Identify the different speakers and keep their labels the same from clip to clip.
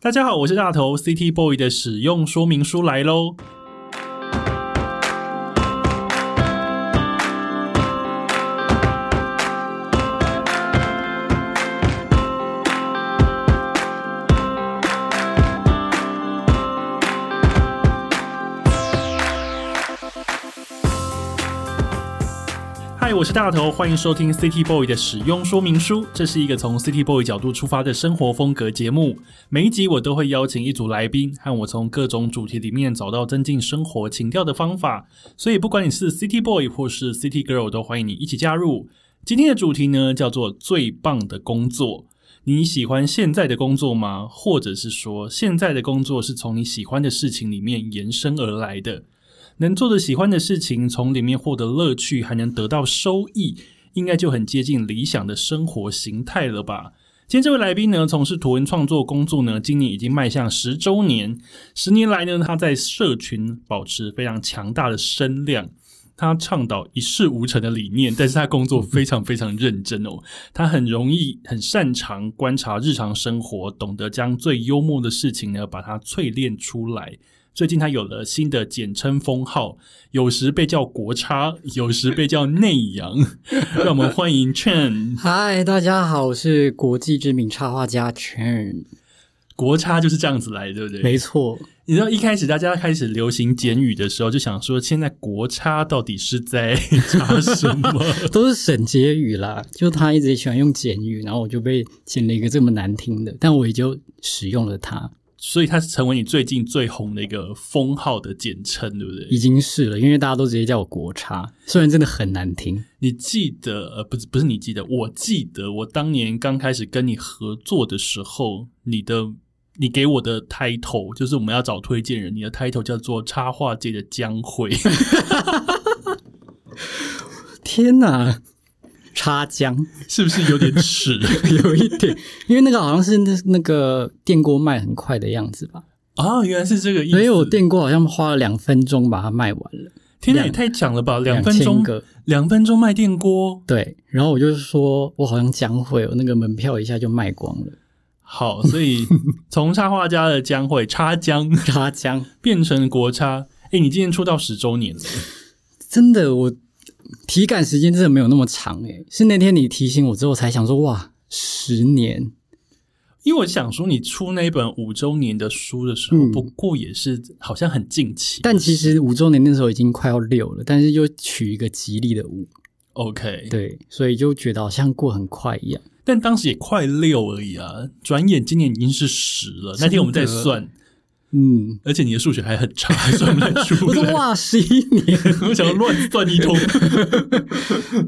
Speaker 1: 大家好，我是大头，CT Boy 的使用说明书来喽。嗨，我是大头，欢迎收听 City Boy 的使用说明书。这是一个从 City Boy 角度出发的生活风格节目。每一集我都会邀请一组来宾，和我从各种主题里面找到增进生活情调的方法。所以，不管你是 City Boy 或是 City Girl，都欢迎你一起加入。今天的主题呢，叫做“最棒的工作”。你喜欢现在的工作吗？或者是说，现在的工作是从你喜欢的事情里面延伸而来的？能做着喜欢的事情，从里面获得乐趣，还能得到收益，应该就很接近理想的生活形态了吧？今天这位来宾呢，从事图文创作工作呢，今年已经迈向十周年。十年来呢，他在社群保持非常强大的声量。他倡导一事无成的理念，但是他工作非常非常认真哦。他很容易、很擅长观察日常生活，懂得将最幽默的事情呢，把它淬炼出来。最近他有了新的简称封号，有时被叫国差，有时被叫内阳。让我们欢迎 Chen，
Speaker 2: 嗨，大家好，我是国际知名插画家 Chen。
Speaker 1: 国差就是这样子来，对不对？
Speaker 2: 没错，
Speaker 1: 你知道一开始大家开始流行简语的时候，就想说现在国差到底是在 差什 么？
Speaker 2: 都是沈婕妤啦，就他一直喜欢用简语，然后我就被剪了一个这么难听的，但我也就使用了它，
Speaker 1: 所以它是成为你最近最红的一个封号的简称，对不对
Speaker 2: 已？经是了，因为大家都直接叫我国差，虽然真的很难听。
Speaker 1: 你记得呃，不是不是你记得，我记得我当年刚开始跟你合作的时候，你的你给我的 title 就是我们要找推荐人，你的 title 叫做插画界的江 蕙。
Speaker 2: 天哪，插江
Speaker 1: 是不是有点耻？
Speaker 2: 有一点，因为那个好像是那那个电锅卖很快的样子吧，
Speaker 1: 啊，原来是这个意思。
Speaker 2: 所以我电锅好像花了两分钟把它卖完了，
Speaker 1: 天哪，
Speaker 2: 两
Speaker 1: 也太强了吧！两
Speaker 2: 两
Speaker 1: 分钟
Speaker 2: 千，个。
Speaker 1: 两分钟卖电锅。
Speaker 2: 对，然后我就说，我好像将会，我那个门票一下就卖光了，
Speaker 1: 好，所 以从插画家的江蕙插江
Speaker 2: 插江，
Speaker 1: 变成国插。哎、你今年出道十周年了，
Speaker 2: 真的，我体感时间真的没有那么长诶，是那天你提醒我之后才想说，哇，十年，
Speaker 1: 因为我想说，你出那本五周年的书的时候，
Speaker 2: 嗯
Speaker 1: 不过也是好像很近期。
Speaker 2: 但其实五周年那时候已经快要六了，但是又取一个吉利的五，
Speaker 1: OK，
Speaker 2: 对，所以就觉得好像过很快一样，
Speaker 1: 但当时也快六而已啊，转眼今年已经是十了。那天我们在算，
Speaker 2: 嗯，
Speaker 1: 而且你的数学还很差，还算不太出
Speaker 2: 我说
Speaker 1: 来。
Speaker 2: 哇，十一年，
Speaker 1: 我想要乱算一通，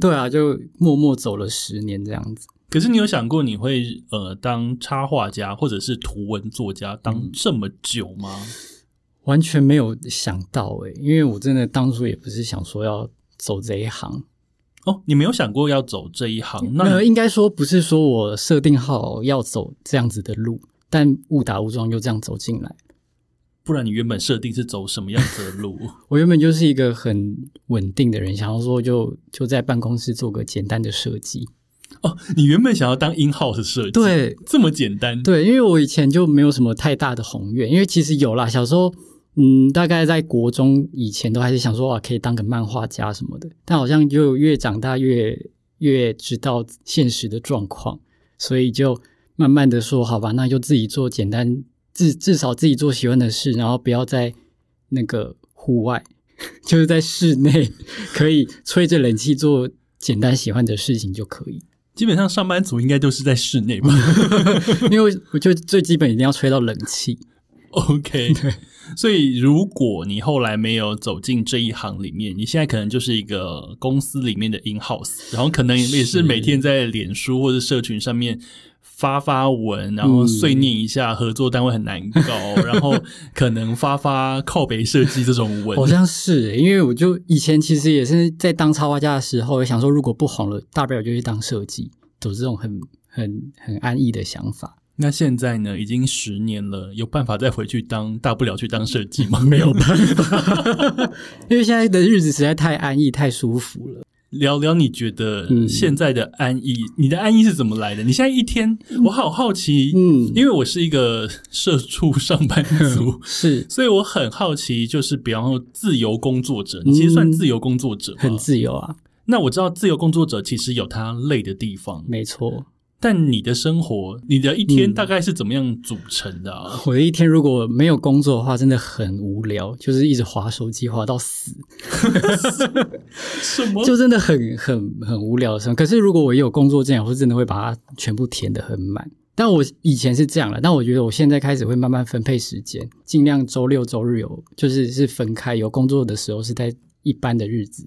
Speaker 2: 对啊，就默默走了十年这样子，
Speaker 1: 可是你有想过你会呃当插画家或者是图文作家
Speaker 2: 嗯
Speaker 1: 当这么久吗？
Speaker 2: 完全没有想到诶，因为我真的当初也不是想说要走这一行。
Speaker 1: 哦，你没有想过要走这一行？那
Speaker 2: 那
Speaker 1: 你
Speaker 2: 应该说不是说我设定好要走这样子的路，但误打误撞又这样走进来。
Speaker 1: 不然你原本设定是走什么样子的路？
Speaker 2: 我原本就是一个很稳定的人，想要说就就在办公室做个简单的设计。
Speaker 1: 哦，你原本想要当 in house 设计，，
Speaker 2: 对
Speaker 1: 这么简单，
Speaker 2: 对，因为我以前就没有什么太大的宏愿，因为其实有啦，小时候。嗯，大概在国中以前都还是想说哇，可以当个漫画家什么的，但好像就越长大越越知道现实的状况，所以就慢慢的说，好吧，那就自己做简单，至至少自己做喜欢的事，然后不要在那个户外， 就是在室内，可以吹着冷气做简单喜欢的事情就可以。
Speaker 1: 基本上上班族应该都是在室内吧
Speaker 2: 因为我就最基本一定要吹到冷气。
Speaker 1: ？OK，所以如果你后来没有走进这一行里面，你现在可能就是一个公司里面的 in house，然后可能也是
Speaker 2: 是
Speaker 1: 每天在脸书或者社群上面。发发文，然后
Speaker 2: 嗯
Speaker 1: 碎念一下合作单位很难搞， 然后可能发发靠北设计这种文，
Speaker 2: 好像是欸、因为我就以前其实也是在当插画家的时候，也想说如果不红了，大不了就去当设计，走这种很很很安逸的想法。
Speaker 1: 那现在呢，已经十年了，有办法再回去当，大不了去当设 计吗？
Speaker 2: 没有办法，因为现在的日子实在太安逸、太舒服了。
Speaker 1: 聊聊你觉得
Speaker 2: 嗯
Speaker 1: 现在的安逸，你的安逸是怎么来的？你现在一天，我好好奇，
Speaker 2: 嗯，
Speaker 1: 因为我是一个社畜上班族
Speaker 2: 嗯是
Speaker 1: 所以我很好奇，就是比方说自由工作者，你其实算自由工作者吗
Speaker 2: 嗯很自由啊，
Speaker 1: 那我知道自由工作者其实有他累的地方，
Speaker 2: 没错。
Speaker 1: 但你的生活，你的一天
Speaker 2: 嗯
Speaker 1: 大概是怎么样组成的、啊？
Speaker 2: 我的一天如果没有工作的话，真的很无聊，就是一直划手机划到死，
Speaker 1: 什么？
Speaker 2: 就真的很很很无聊的生活。可是如果我有工作这样，我是真的会把它全部填得很满。但我以前是这样了，但我觉得我现在开始会慢慢分配时间，尽量周六周日有，就是是分开，有工作的时候是在一般的日子，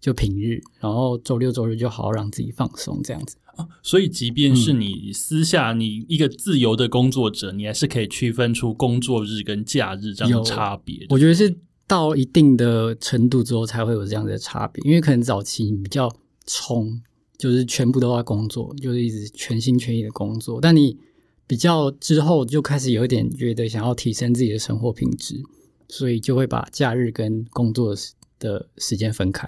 Speaker 2: 就平日，然后周六周日就好好让自己放松这样子。
Speaker 1: 所以，即便是
Speaker 2: 嗯
Speaker 1: 你私下你一个自由的工作者，你还是可以区分出工作日跟假日这样的
Speaker 2: 有
Speaker 1: 差别的。
Speaker 2: 我觉得是到一定的程度之后才会有这样的差别，因为可能早期你比较冲，就是全部都在工作，就是一直全心全意的工作，但你比较之后就开始有一点觉得想要提升自己的生活品质，所以就会把假日跟工作的时的时间分开。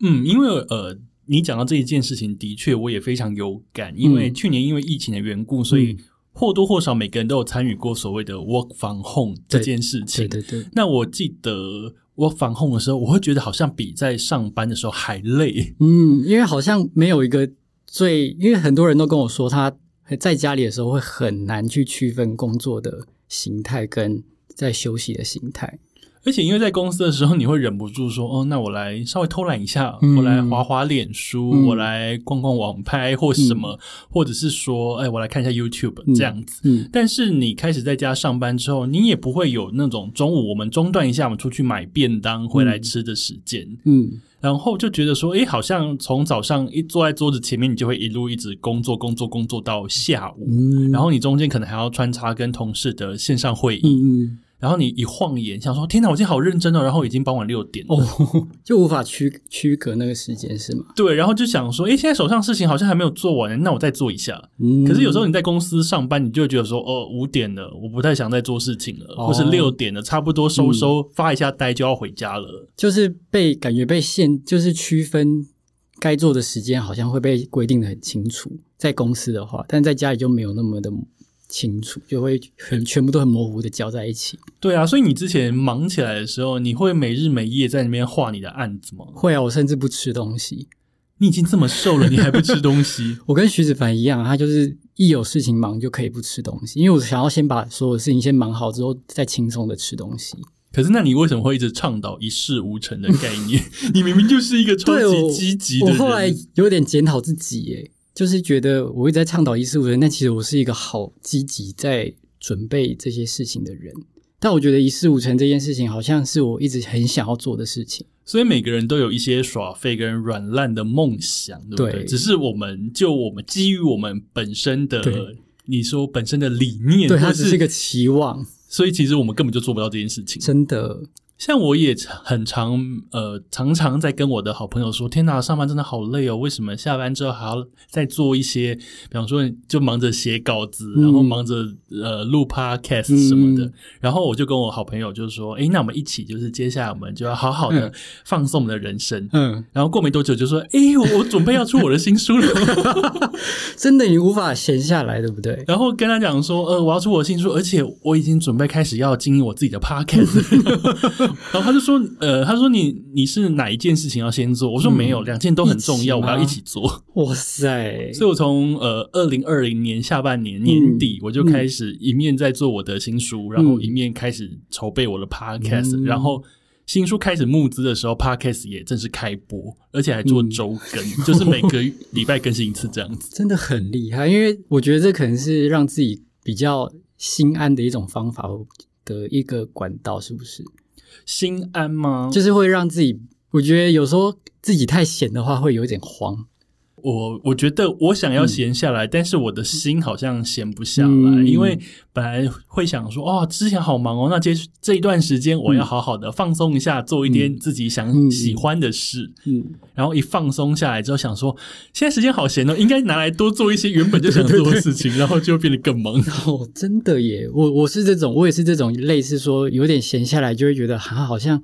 Speaker 1: 嗯，因为呃，你讲到这一件事情，的确我也非常有感，因为
Speaker 2: 嗯
Speaker 1: 去年因为疫情的缘故，所以
Speaker 2: 嗯
Speaker 1: 或多或少每个人都有参与过所谓的 work from home 这
Speaker 2: 对
Speaker 1: 件事情。
Speaker 2: 对对对，
Speaker 1: 那我记得我防控的时候，我会觉得好像比在上班的时候还累。
Speaker 2: 嗯，因为好像没有一个最，因为很多人都跟我说，他在家里的时候会很难去区分工作的形态跟在休息的形态。
Speaker 1: 而且因为在公司的时候，你会忍不住说：“哦，那我来稍微偷懒一下，
Speaker 2: 嗯
Speaker 1: 我来滑滑脸书，
Speaker 2: 嗯
Speaker 1: 我来逛逛网拍或什么，或者是说，哎，我来看一下 YouTube、
Speaker 2: 嗯
Speaker 1: 这样子。”
Speaker 2: 嗯，
Speaker 1: 但是你开始在家上班之后，你也不会有那种中午我们中断一下，我们出去买便当回来吃的时间，
Speaker 2: 嗯，
Speaker 1: 然后就觉得说，哎，好像从早上一坐在桌子前面，你就会一路一直工作工作工作到下午，
Speaker 2: 嗯，
Speaker 1: 然后你中间可能还要穿插跟同事的线上会议，
Speaker 2: 嗯嗯，
Speaker 1: 然后你一晃眼想说天哪，我今天好认真哦，然后已经傍晚六点了，
Speaker 2: 哦，就无法区区隔那个时间是吗？
Speaker 1: 对，然后就想说，诶，现在手上事情好像还没有做完，那我再做一下。
Speaker 2: 嗯，
Speaker 1: 可是有时候你在公司上班，你就会觉得说，哦，五点了，我不太想再做事情了，
Speaker 2: 哦
Speaker 1: 或是六点了，差不多收收、发一下呆就要回家了。
Speaker 2: 就是被感觉被限，就是区分该做的时间好像会被规定的很清楚，在公司的话，但在家里就没有那么的清楚，就会很全部都很模糊的搅在一起。
Speaker 1: 对啊，所以你之前忙起来的时候，你会没日没夜在那边画你的案子吗？
Speaker 2: 会啊，我甚至不吃东西。
Speaker 1: 你已经这么瘦了，你还不吃东 西？
Speaker 2: 我跟徐子凡一样，他就是一有事情忙就可以不吃东西，因为我想要先把所有事情先忙好之后，再轻松的吃东西。
Speaker 1: 可是，那你为什么会一直倡导一事无成的概念？ 你明明就是一个超
Speaker 2: 对
Speaker 1: 级
Speaker 2: 我
Speaker 1: 积极的
Speaker 2: 我
Speaker 1: 人。
Speaker 2: 后来有点检讨自己，耶，就是觉得我一直在倡导一事无成，但其实我是一个好积极在准备这些事情的人。但我觉得一事无成这件事情，好像是我一直很想要做的事情。
Speaker 1: 所以每个人都有一些耍废跟软烂的梦想，对不对？
Speaker 2: 对
Speaker 1: 只是我们就我们基于我们本身的
Speaker 2: 对，
Speaker 1: 你说本身的理念，
Speaker 2: 对，
Speaker 1: 或
Speaker 2: 它
Speaker 1: 嗯是
Speaker 2: 只是一个期望，
Speaker 1: 所以其实我们根本就做不到这件事情。
Speaker 2: 真的。
Speaker 1: 像我也很常呃，常常在跟我的好朋友说：“天哪，上班真的好累哦，为什么下班之后还要再做一些？比方说，就忙着写稿子，
Speaker 2: 嗯
Speaker 1: 然后忙着呃录 podcast 什么的。
Speaker 2: 嗯
Speaker 1: 然后我就跟我好朋友就说：“诶，那我们一起，就是接下来我们就要好好的
Speaker 2: 嗯
Speaker 1: 放松我们的人生。
Speaker 2: 嗯，
Speaker 1: 然后过没多久就说：“诶，我我准备要出我的新书了。
Speaker 2: 真的你无法闲下来，对不对”？
Speaker 1: 然后跟他讲说：“呃，我要出我的新书，而且我已经准备开始要经营我自己的 podcast。” 然后他就说：“呃，他说你你是哪一件事情要先做？”我说：“
Speaker 2: 嗯
Speaker 1: 没有，两件都很重要，
Speaker 2: 一起
Speaker 1: 我
Speaker 2: 吗
Speaker 1: 要一起做。
Speaker 2: 哇塞”，
Speaker 1: 所以，我从呃二零二零年下半年年
Speaker 2: 嗯
Speaker 1: 底，我就开始一面在做我的新书，然后一面开始筹备我的 podcast，、
Speaker 2: 嗯
Speaker 1: 然后。新书开始募资的时候，Podcast 也正式开播，而且还做
Speaker 2: 嗯
Speaker 1: 周更，就是每个礼拜更新一次这样子。
Speaker 2: 真的很厉害，因为我觉得这可能是让自己比较心安的一种方法的一个管道，是不是？
Speaker 1: 心安吗？
Speaker 2: 就是会让自己，我觉得有时候自己太闲的话，会有点慌。
Speaker 1: 我我觉得我想要闲下来，但是我的心好像闲不下来，
Speaker 2: 嗯
Speaker 1: 因为本来会想说，哦，之前好忙哦，那接这一段时间我要好好的放松一下，做一点自己想
Speaker 2: 嗯
Speaker 1: 喜欢的事。
Speaker 2: 嗯，
Speaker 1: 然后一放松下来之后，想说现在时间好闲哦，应该拿来多做一些原本就想做的事情，然后就变得更忙。
Speaker 2: 哦，真的耶，我我是这种，我也是这种，类似说有点闲下来就会觉得，哈、好像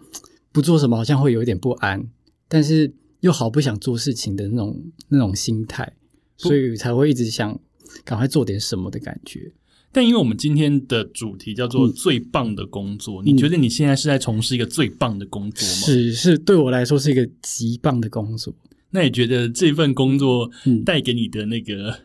Speaker 2: 不做什么，好像会有一点不安。但是又好不想做事情的那种那种心态，所以才会一直想赶快做点什么的感觉。
Speaker 1: 但因为我们今天的主题叫做“最棒的工作”，你觉得你现在是在从事一个最棒的工作吗？
Speaker 2: 是是，对我来说是一个极棒的工作。
Speaker 1: 那你觉得这份工作
Speaker 2: 嗯
Speaker 1: 带给你的那个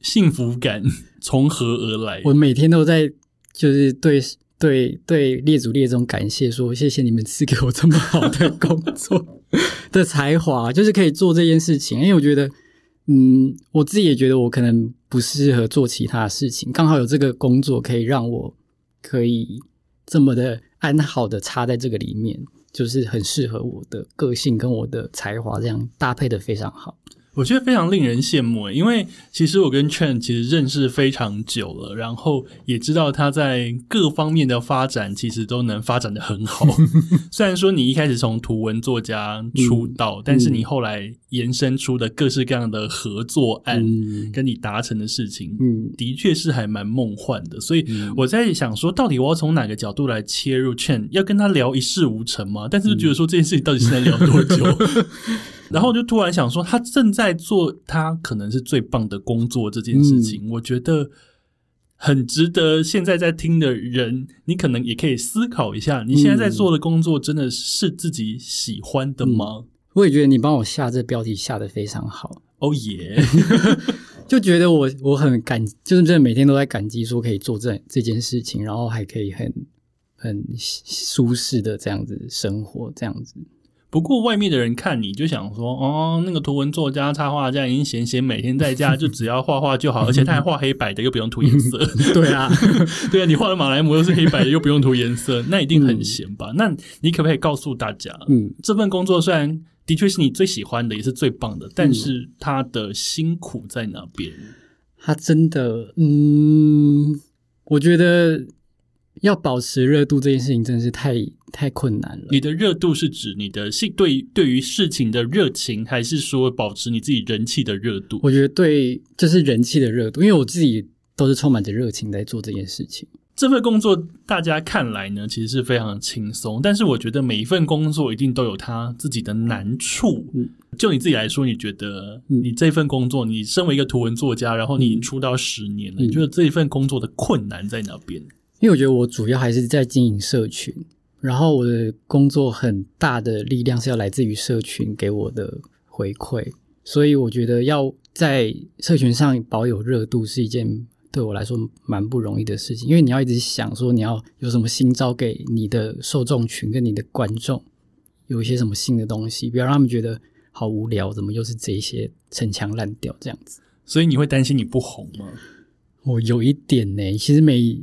Speaker 1: 幸福感从何而来？
Speaker 2: 我每天都在就是对对对列祖列宗感谢说，谢谢你们赐给我这么好的工作 的才华，就是可以做这件事情。因为我觉得，嗯，我自己也觉得我可能不适合做其他的事情，刚好有这个工作可以让我可以这么的安好的插在这个里面，就是很适合我的个性跟我的才华，这样搭配的非常好。
Speaker 1: 我觉得非常令人羡慕欸诶，因为其实我跟 Chen 其实认识非常久了，然后也知道他在各方面的发展其实都能发展的很 好。虽然说你一开始从图文作家
Speaker 2: 嗯
Speaker 1: 出道，但是你后来延伸出的各式各样的合作案，
Speaker 2: 嗯
Speaker 1: 跟你达成的事情，
Speaker 2: 嗯
Speaker 1: 的确是还蛮梦幻的，所以
Speaker 2: 嗯
Speaker 1: 我在想说，到底我要从哪个角度来切入 Chen，要跟他聊一事无成吗？但是就觉得说这件事情到底是在聊多久？ 然后我就突然想说，他正在做他可能是最棒的工作这件事情，我觉得很值得现在在听的人，你可能也可以思考一下，你现在在做的工作真的是自己喜欢的吗？
Speaker 2: 我也觉得你帮我下这标题下的非常好。
Speaker 1: 哦耶！
Speaker 2: 就觉得我我很感，就是真的每天都在感激，说可以做这这件事情，然后还可以很很舒适的这样子生活，这样子。
Speaker 1: 不过外面的人看你就想说，哦，那个图文作家、插画家已经闲闲每天在家就只要画画就好，而且他还画黑白的，又不用涂颜色。
Speaker 2: 对啊，
Speaker 1: 对啊，你画的马来模又是黑白的，又不用涂颜色，那一定很闲吧？那你可不可以告诉大家，
Speaker 2: 嗯，
Speaker 1: 这份工作虽然的确是你最喜欢的，也是最棒的，但是它的辛苦在哪边？
Speaker 2: 他真的，嗯，我觉得要保持热度这件事情真的是太太困难了。
Speaker 1: 你的热度是指你的兴对对于事情的热情，还是说保持你自己人气的热度？
Speaker 2: 我觉得对，就是人气的热度，因为我自己都是充满着热情在做这件事情。
Speaker 1: 这份工作大家看来呢，其实是非常轻松，但是我觉得每一份工作一定都有它自己的难处。
Speaker 2: 嗯
Speaker 1: 就你自己来说，你觉得
Speaker 2: 嗯
Speaker 1: 你这份工作，你身为一个图文作家，然后你出道十年了，
Speaker 2: 嗯
Speaker 1: 你觉得这一份工作的困难在哪边？
Speaker 2: 因为我觉得我主要还是在经营社群，然后我的工作很大的力量是要来自于社群给我的回馈，所以我觉得要在社群上保有热度是一件对我来说蛮不容易的事情，因为你要一直想说你要有什么新招给你的受众群跟你的观众，有一些什么新的东西，不要让他们觉得好无聊，怎么又是这一些陈腔滥调这样子。
Speaker 1: 所以你会担心你不红吗？
Speaker 2: 我哦有一点呢、其实每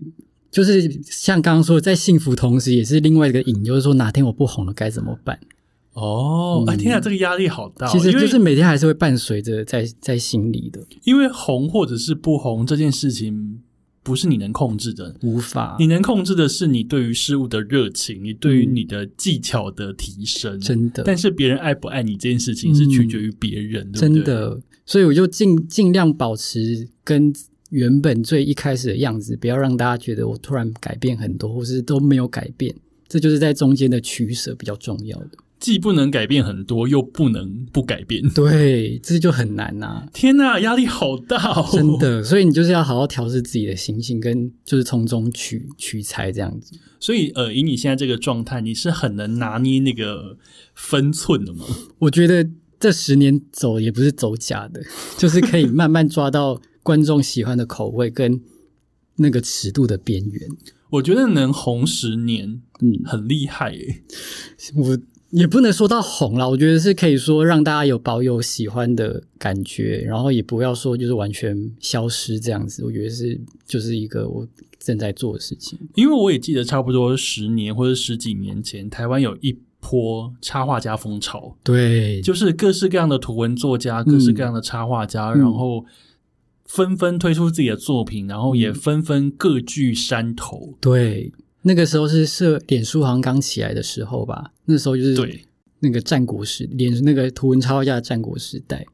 Speaker 2: 就是像刚刚说的，在幸福同时，也是另外一个瘾，就是说哪天我不红了该怎么办？
Speaker 1: 哦，哎、
Speaker 2: 嗯
Speaker 1: 天啊，这个压力好大哦、
Speaker 2: 其实就是
Speaker 1: 因为
Speaker 2: 每天还是会伴随着在在心里的，
Speaker 1: 因为红或者是不红这件事情，不是你能控制的。
Speaker 2: 无法
Speaker 1: 你能控制的是你对于事物的热情，你对于
Speaker 2: 嗯
Speaker 1: 你的技巧的提升。
Speaker 2: 真的嗯
Speaker 1: 但是别人爱不爱你这件事情是取决于别人，对不
Speaker 2: 真
Speaker 1: 对？
Speaker 2: 的，所以我就尽尽量保持跟原本最一开始的样子，不要让大家觉得我突然改变很多，或是都没有改变。这就是在中间的取舍比较重要的，
Speaker 1: 既不能改变很多，又不能不改变。
Speaker 2: 对，这就很难呐、啊。
Speaker 1: 天呐，压力好大哦！
Speaker 2: 真。的，所以你就是要好好调试自己的心性，跟就是从中取取材这样子。
Speaker 1: 所以呃，以你现在这个状态，你是很能拿捏那个分寸 的嘛？
Speaker 2: 我觉得这十年走也不是走假的， 就是可以慢慢抓到观众喜欢的口味跟那个尺度的边缘。
Speaker 1: 我觉得能红十年
Speaker 2: 嗯，
Speaker 1: 很厉害耶。
Speaker 2: 我也不能说到红啦，我觉得是可以说让大家有保有喜欢的感觉，然后也不要说就是完全消失这样子。我觉得是就是一个我正在做的事情。
Speaker 1: 因为我也记得差不多十年或者十几年前，台湾有一波插画家风潮，
Speaker 2: 对，
Speaker 1: 就是各式各样的图文作家、各式各样的插画家，
Speaker 2: 嗯
Speaker 1: 然后纷纷推出自己的作品，然后也纷纷各据山头。
Speaker 2: 对，那个时候是社脸书好像刚起来的时候吧，那时候就是
Speaker 1: 对，
Speaker 2: 那个战国时脸那个图文超价的战国时代，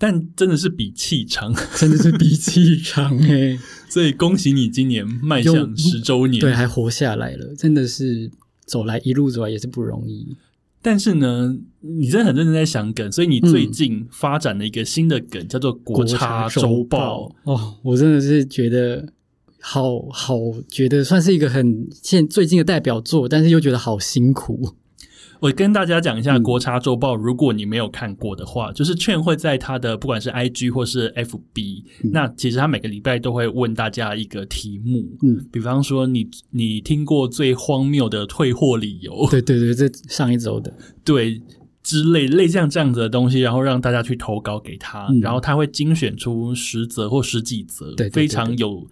Speaker 1: 但真的是比气长，
Speaker 2: 真的是比气长哎、
Speaker 1: 所以恭喜你今年迈向
Speaker 2: 有
Speaker 1: 十周年。
Speaker 2: 对，还活下来了，真的是走来一路走来也是不容易。
Speaker 1: 但是呢，你真的很认真在想梗，所以你最近发展了一个新的梗，叫做《嗯国差周报》。
Speaker 2: 哦，我真的是觉得好好，觉得算是一个很现最近的代表作，但是又觉得好辛苦。
Speaker 1: 我跟大家讲一下《
Speaker 2: 嗯
Speaker 1: 国差周报》，如果你没有看过的话，就是券会在他的不管是 IG 或是 FB，、那
Speaker 2: 嗯
Speaker 1: 其实他每个礼拜都会问大家一个题目，
Speaker 2: 嗯，
Speaker 1: 比方说你你听过最荒谬的退货理由，
Speaker 2: 对对对，这上一周的，
Speaker 1: 对之类类像这样子的东西，然后让大家去投稿给他，
Speaker 2: 嗯
Speaker 1: 然后他会精选出十则或十几则
Speaker 2: 对对对
Speaker 1: 非常有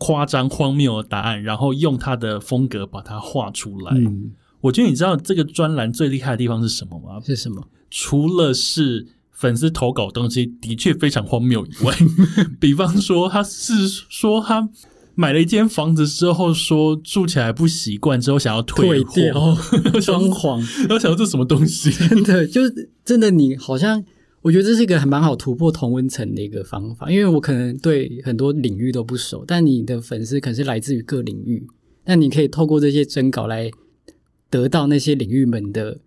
Speaker 1: 夸张荒谬的答案，然后用他的风格把它画出来。
Speaker 2: 嗯，
Speaker 1: 我觉得你知道这个专栏最厉害的地方是什么吗？
Speaker 2: 是什么？
Speaker 1: 除了是粉丝投稿东西的确非常荒谬以外， 比方说他是说他买了一间房子之后，说住起来不习惯，之后想要退
Speaker 2: 退
Speaker 1: 货，
Speaker 2: 掉装
Speaker 1: 然
Speaker 2: 潢，
Speaker 1: 后想要这什么东 西？
Speaker 2: 真的就是真的，你好像我觉得这是一个很蛮好突破同温层的一个方法，因为我可能对很多领域都不熟，但你的粉丝可能是来自于各领域，那你可以透过这些征稿来得到那些领域们的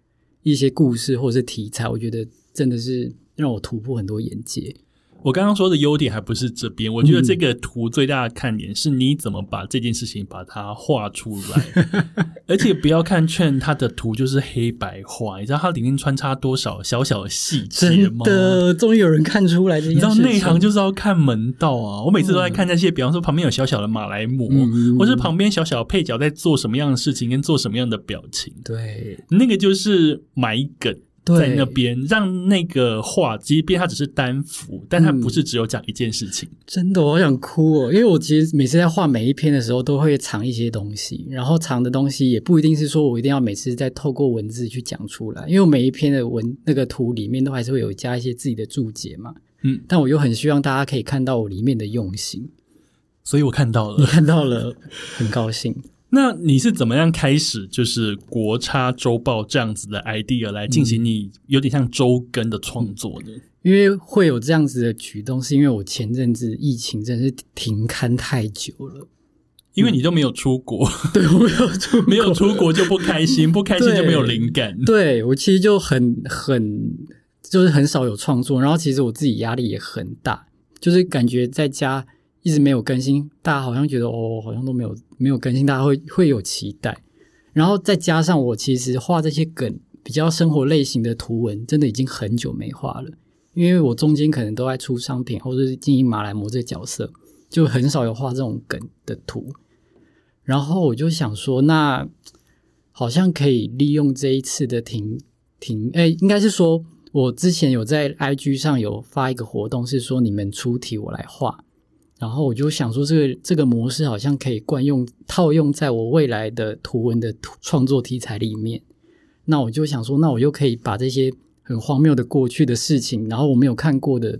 Speaker 2: 一些故事或是题材，我觉得真的是让我突破很多眼界。
Speaker 1: 我刚刚说的优点还不是这边，我觉得这个图最大的看点是你怎么把这件事情把它画出 来，而且不要看券它的图就是黑白画，你知道它里面穿插多少小小的细节
Speaker 2: 真
Speaker 1: 吗？
Speaker 2: 的，终于有人看出来这
Speaker 1: 你
Speaker 2: 件
Speaker 1: 知
Speaker 2: 事
Speaker 1: 道
Speaker 2: 情。
Speaker 1: 内行就是要看门道啊！我每次都在看那些，比方说旁边有小小的马来模，
Speaker 2: 嗯
Speaker 1: 或是旁边小小的配角在做什么样的事情，跟做什么样的表情，
Speaker 2: 对
Speaker 1: 那个就是埋梗
Speaker 2: 对
Speaker 1: 在那边，让那个画，即便它只是单幅，但它不是只有讲一件事情。
Speaker 2: 真的，我好想哭哦！因为我其实每次在画每一篇的时候，都会藏一些东西，然后藏的东西也不一定是说我一定要每次再透过文字去讲出来，因为我每一篇的文那个图里面都还是会有加一些自己的注解嘛。
Speaker 1: 嗯，
Speaker 2: 但我又很希望大家可以看到我里面的用心，
Speaker 1: 所以我看到
Speaker 2: 你
Speaker 1: 了。
Speaker 2: 看到了，很高兴。
Speaker 1: 那你是怎么样开始就是国差周报这样子的 idea 来进
Speaker 2: 嗯
Speaker 1: 行你有点像周更的创作呢？
Speaker 2: 因为会有这样子的举动，是因为我前阵子疫情真的是停刊太久了，
Speaker 1: 因为你都没有出国，
Speaker 2: 对我没有出
Speaker 1: 没有出国就不开心，不开心就没有灵感。
Speaker 2: 对我其实就很很就是很少有创作，然后其实我自己压力也很大，就是感觉在家一直没有更新，大家好像觉得哦，好像都没有没有更新，大家会会有期待。然后再加上我其实画这些梗比较生活类型的图文，真的已经很久没画了，因为我中间可能都在出商品或者是经营马来模这个角色，就很少有画这种梗的图。然后我就想说，那好像可以利用这一次的停停，哎，应该是说我之前有在 IG 上有发一个活动，是说你们出题我来画，然后我就想说这个这个模式好像可以惯用套用在我未来的图文的图创作题材里面。那我就想说，那我又可以把这些很荒谬的过去的事情，然后我没有看过的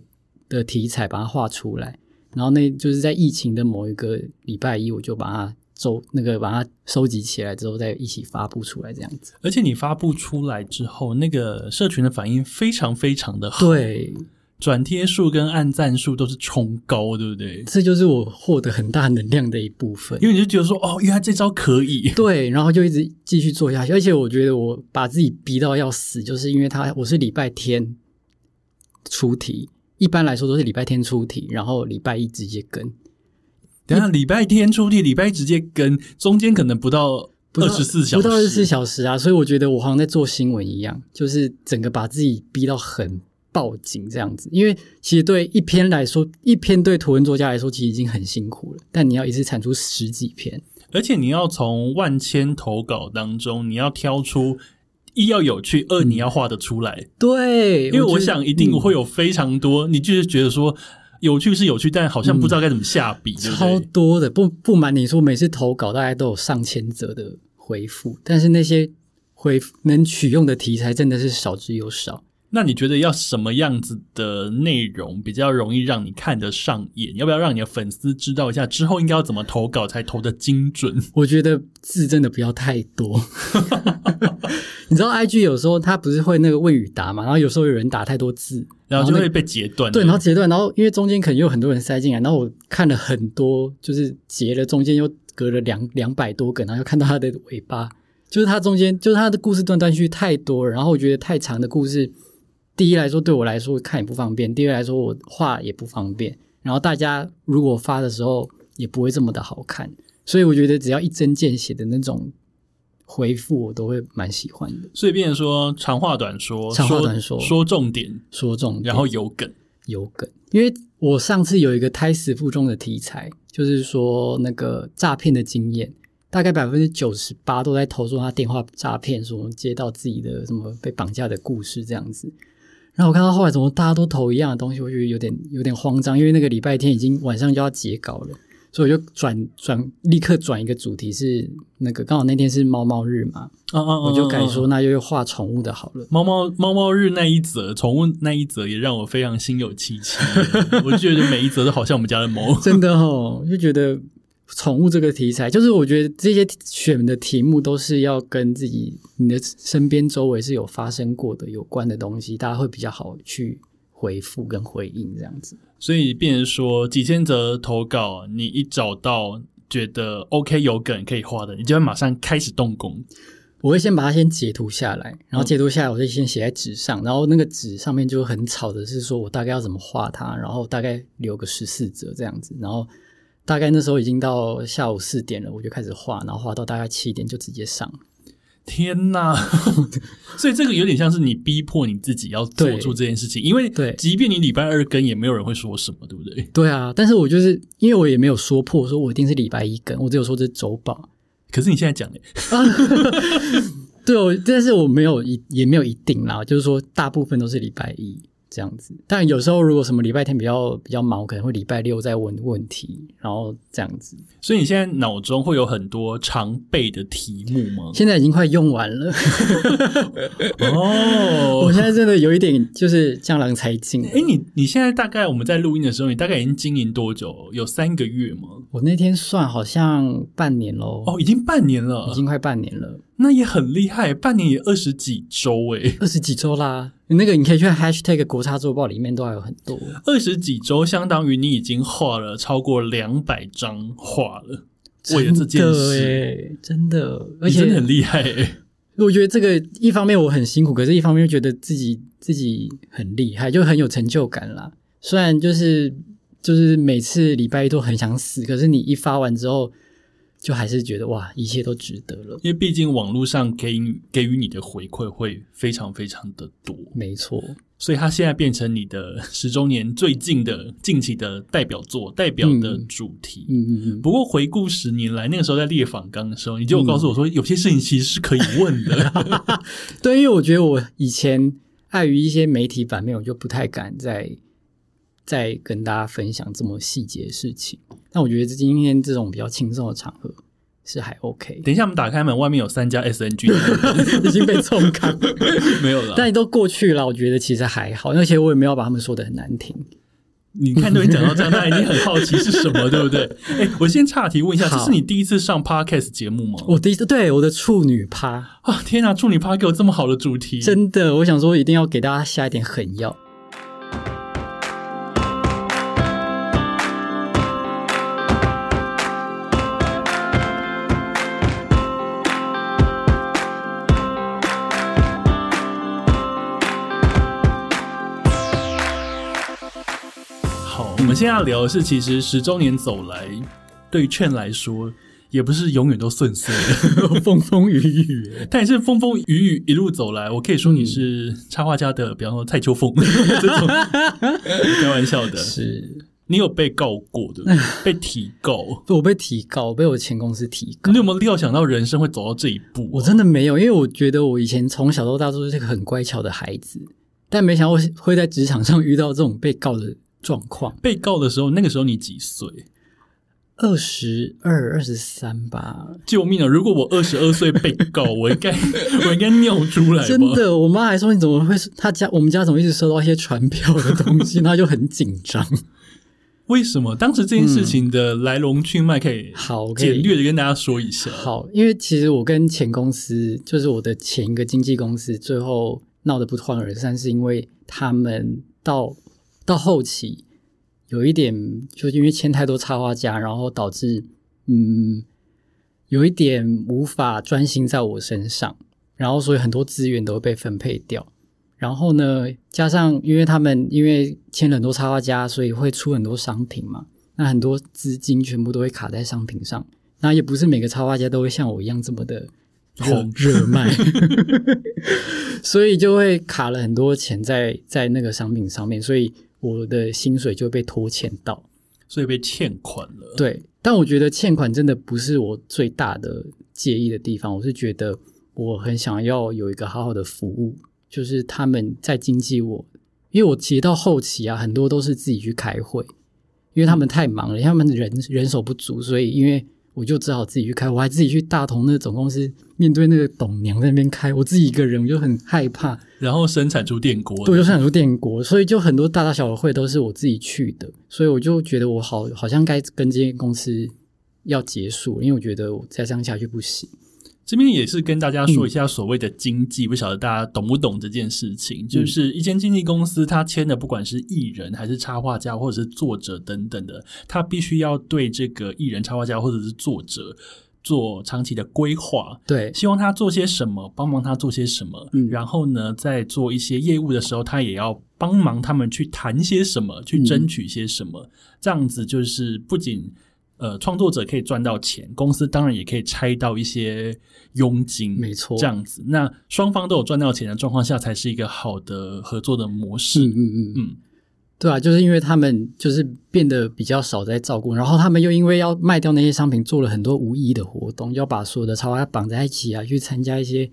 Speaker 2: 的题材把它画出来，然后那就是在疫情的某一个礼拜一，我就把它收那个把它收集起来之后，再一起发布出来这样子。
Speaker 1: 而且你发布出来之后，那个社群的反应非常非常的好，
Speaker 2: 对，
Speaker 1: 转贴数跟按赞数都是冲高，对不对？
Speaker 2: 这就是我获得很大能量的一部分。
Speaker 1: 因为你就觉得说，哦，原来这招可以，
Speaker 2: 对，然后就一直继续做下去。而且我觉得我把自己逼到要死，就是因为他我是礼拜天出题，一般来说都是礼拜天出题，然后礼拜一直接跟。
Speaker 1: 等一下礼拜天出地，礼拜一直接跟，中间可能不到
Speaker 2: 不
Speaker 1: 二
Speaker 2: 到
Speaker 1: 十四小时，
Speaker 2: 不到二十四小时啊，所以我觉得我好像在做新闻一样，就是整个把自己逼到很报警这样子。因为其实对一篇来说，一篇对图文作家来说，其实已经很辛苦了，但你要一次产出十几篇，
Speaker 1: 而且你要从万千投稿当中，你要挑出一要有趣，二你要画得出来。
Speaker 2: 嗯对，
Speaker 1: 因为我
Speaker 2: 觉得嗯
Speaker 1: 想一定会有非常多，你就是觉得说有趣是有趣，但好像不知道该怎么下笔，对不
Speaker 2: 嗯超
Speaker 1: 对？
Speaker 2: 多的，不不瞒你说，每次投稿大概都有上千则的回复，但是那些回复能取用的题材真的是少之又少。
Speaker 1: 那你觉得要什么样子的内容比较容易让你看得上眼？要不要让你的粉丝知道一下之后应该要怎么投稿才投的精准？
Speaker 2: 我觉得字真的不要太多。 你知道 IG 有时候它不是会那个问语答嘛，然后有时候有人打太多字，
Speaker 1: 然后就
Speaker 2: 那
Speaker 1: 会被截断。
Speaker 2: 对，然后截断，然后因为中间可能有很多人塞进来，然后我看了很多，就是截了中间又隔了两两百多个，然后又看到它的尾巴，就是它中间就是它的故事断断续续太多了，然后我觉得太长的故事，第一来说对我来说看也不方便，第二来说我画也不方便，然后大家如果发的时候也不会这么的好看，所以我觉得只要一针见血的那种回复，我都会蛮喜欢的。
Speaker 1: 所以变成说长话短说，
Speaker 2: 长话短说
Speaker 1: 说说重点，
Speaker 2: 说中，
Speaker 1: 然后有梗。
Speaker 2: 有梗，因为我上次有一个胎死腹中的题材，就是说那个诈骗的经验，大概百分之九十八都在投诉他电话诈骗，说接到自己的什么被绑架的故事这样子。然后我看到后来怎么大家都投一样的东西，我就有点有点慌张，因为那个礼拜天已经晚上就要截稿了，所以我就转转立刻转一个主题是那个刚好那天是猫猫日嘛，
Speaker 1: 嗯嗯嗯，
Speaker 2: 我就改
Speaker 1: 嗯
Speaker 2: 说那就画宠物的好了。
Speaker 1: 猫猫猫猫日那一则，宠物那一则也让我非常心有戚 戚焉。我觉得每一则都好像我们家的 猫。
Speaker 2: 真的哦，就觉得宠物这个题材，就是我觉得这些选的题目都是要跟自己你的身边周围是有发生过的有关的东西，大家会比较好去回复跟回应这样子。
Speaker 1: 所以变成说几千则投稿，你一找到觉得 OK 有梗可以画的，你就会马上开始动工。
Speaker 2: 我会先把它先截图下来，然后截图下来，我就先写在纸上，然后那个纸上面就很吵的是说我大概要怎么画它，然后大概留个十四折这样子，然后大概那时候已经到下午四点了，我就开始画，然后画到大概七点就直接上。
Speaker 1: 天呐！ 所以这个有点像是你逼迫你自己要做
Speaker 2: 对
Speaker 1: 出这件事情，因为
Speaker 2: 对
Speaker 1: 即便你礼拜二更，也没有人会说什么，对不对？
Speaker 2: 对啊，但是我就是因为我也没有说破，说我一定是礼拜一更，我只有说这是周报。
Speaker 1: 可是你现在讲，
Speaker 2: 对，我但是我没有一也没有一定啦，就是说大部分都是礼拜一这样子。但有时候如果什么礼拜天比较比较忙，我可能会礼拜六再问问题，然后这样子。
Speaker 1: 所以你现在脑中会有很多常备的题目 吗？
Speaker 2: 现在已经快用完了，我
Speaker 1: 哦，
Speaker 2: 现在真的有一点就是江郎才尽了。
Speaker 1: 哎，你你现在大概我们在录音的时候，你大概已经经营多久？有三个月吗？
Speaker 2: 我那天算好像半年喽，
Speaker 1: 哦，已经半年了，
Speaker 2: 已经快半年了，
Speaker 1: 那也很厉害，半年也二十几周诶，
Speaker 2: 二十几周啦。那个你可以去 hashtag 国差周报里面都还有很多。
Speaker 1: 二十几周相当于你已经画了超过两百张画了，为了这件事，
Speaker 2: 真的欸，真的，而
Speaker 1: 你真的
Speaker 2: 且
Speaker 1: 很厉害欸诶。
Speaker 2: 我觉得这个一方面我很辛苦，可是一方面又觉得自己自己很厉害，就很有成就感啦。虽然就是就是每次礼拜一都很想死，可是你一发完之后，就还是觉得哇，一切都值得了。
Speaker 1: 因为毕竟网络上给予给予你的回馈会非常非常的多，
Speaker 2: 没错，
Speaker 1: 所以它现在变成你的十周年最近的近期的代表作、代表的主题。
Speaker 2: 嗯嗯嗯，
Speaker 1: 不过回顾十年来，那个时候在列访纲的时候，你就有告诉我说，有些事情其实是可以问 的。
Speaker 2: 对，因为我觉得我以前碍于一些媒体版面，我就不太敢再再跟大家分享这么细节的事情。但我觉得今天这种比较轻松的场合是还 OK，
Speaker 1: 等一下我们打开门，外面有三家 SNG 的
Speaker 2: 已经被冲康，
Speaker 1: 没有了。
Speaker 2: 但都过去了，我觉得其实还好，而且我也没有把他们说的很难听。
Speaker 1: 你看都已经讲到这样，大家一定很好奇是什么，对不对？ 哎、我先岔题问一下，这
Speaker 2: 好
Speaker 1: 是你第一次上 podcast 节目吗？
Speaker 2: 我第一次对我的处女趴，
Speaker 1: 啊，天哪、祝你趴给我这么好的主题，
Speaker 2: 真的，我想说一定要给大家下一点狠药。
Speaker 1: 好。我们现在要聊的是，其实十周年走来，对券来说也不是永远都顺 遂的，
Speaker 2: 风风雨雨，
Speaker 1: 但也是风风雨雨一路走来，我可以说你是插画家的，比方说蔡秋凤 这种，开玩笑的。
Speaker 2: 是
Speaker 1: 你有被告过对不对？被提告，
Speaker 2: 我被提告，我被我前公司提告
Speaker 1: 你。有没有料想到人生会走到这一步啊、
Speaker 2: 我真的没有，因为我觉得我以前从小到大都是个很乖巧的孩子，但没想到我会在职场上遇到这种被告的状况。
Speaker 1: 被告的时候，那个时候你几岁？
Speaker 2: 二十二、二十三吧，
Speaker 1: 救命啊！如果我二十二岁被告，我应该 我应该尿出来吧？
Speaker 2: 真的，我妈还说你怎么会？她家我们家怎么一直收到一些传票的东西，她就很紧张。
Speaker 1: 为什么当时这件事情的来龙去脉可以
Speaker 2: 好，我可
Speaker 1: 简
Speaker 2: 以
Speaker 1: 略的跟大家说一下？
Speaker 2: 好，因为其实我跟前公司，就是我的前一个经纪公司，最后闹得不欢而散，是因为他们到到后期有一点，就是因为签太多插画家，然后导致嗯，有一点无法专心在我身上，然后所以很多资源都会被分配掉。然后呢，加上因为他们因为签了很多插画家，所以会出很多商品嘛，那很多资金全部都会卡在商品上。那也不是每个插画家都会像我一样这么的热
Speaker 1: 红
Speaker 2: 热卖，所以就会卡了很多钱在在那个商品上面，所以我的薪水就被拖欠到。
Speaker 1: 所以被欠款了。
Speaker 2: 对，但我觉得欠款真的不是我最大的介意的地方，我是觉得我很想要有一个好好的服务，就是他们在经济我，因为我其实到后期啊，很多都是自己去开会，因为他们太忙了，他们人人手不足，所以因为。我就只好自己去开，我还自己去大同那总公司面对那个董娘在那边开，我自己一个人我就很害怕，
Speaker 1: 然后生产出电锅，
Speaker 2: 对，我就想出电锅，所以就很多大大小小的会都是我自己去的，所以我就觉得我好好像该跟这间公司要结束，因为我觉得我再这样下去不行。
Speaker 1: 这边也是跟大家
Speaker 2: 嗯
Speaker 1: 说一下所谓的经济，不晓得大家懂不懂这件事情。
Speaker 2: 嗯
Speaker 1: 就是一间经纪公司，它签的不管是艺人还是插画家或者是作者等等的，它必须要对这个艺人、插画家或者是作者做长期的规划，
Speaker 2: 对，
Speaker 1: 希望他做些什么，帮忙他做些什么。
Speaker 2: 嗯
Speaker 1: 然后呢，在做一些业务的时候，他也要帮忙他们去谈些什么，去争取些什
Speaker 2: 嗯
Speaker 1: 么。这样子就是不仅呃创作者可以赚到钱，公司当然也可以拆到一些佣金。
Speaker 2: 没错
Speaker 1: 这样子，那双方都有赚到钱的状况下，才是一个好的合作的模式。
Speaker 2: 嗯嗯嗯，
Speaker 1: 嗯，
Speaker 2: 对啊，就是因为他们就是变得比较少在照顾，然后他们又因为要卖掉那些商品，做了很多无意义的活动，要把所有的插画家绑在一起啊，去参加一些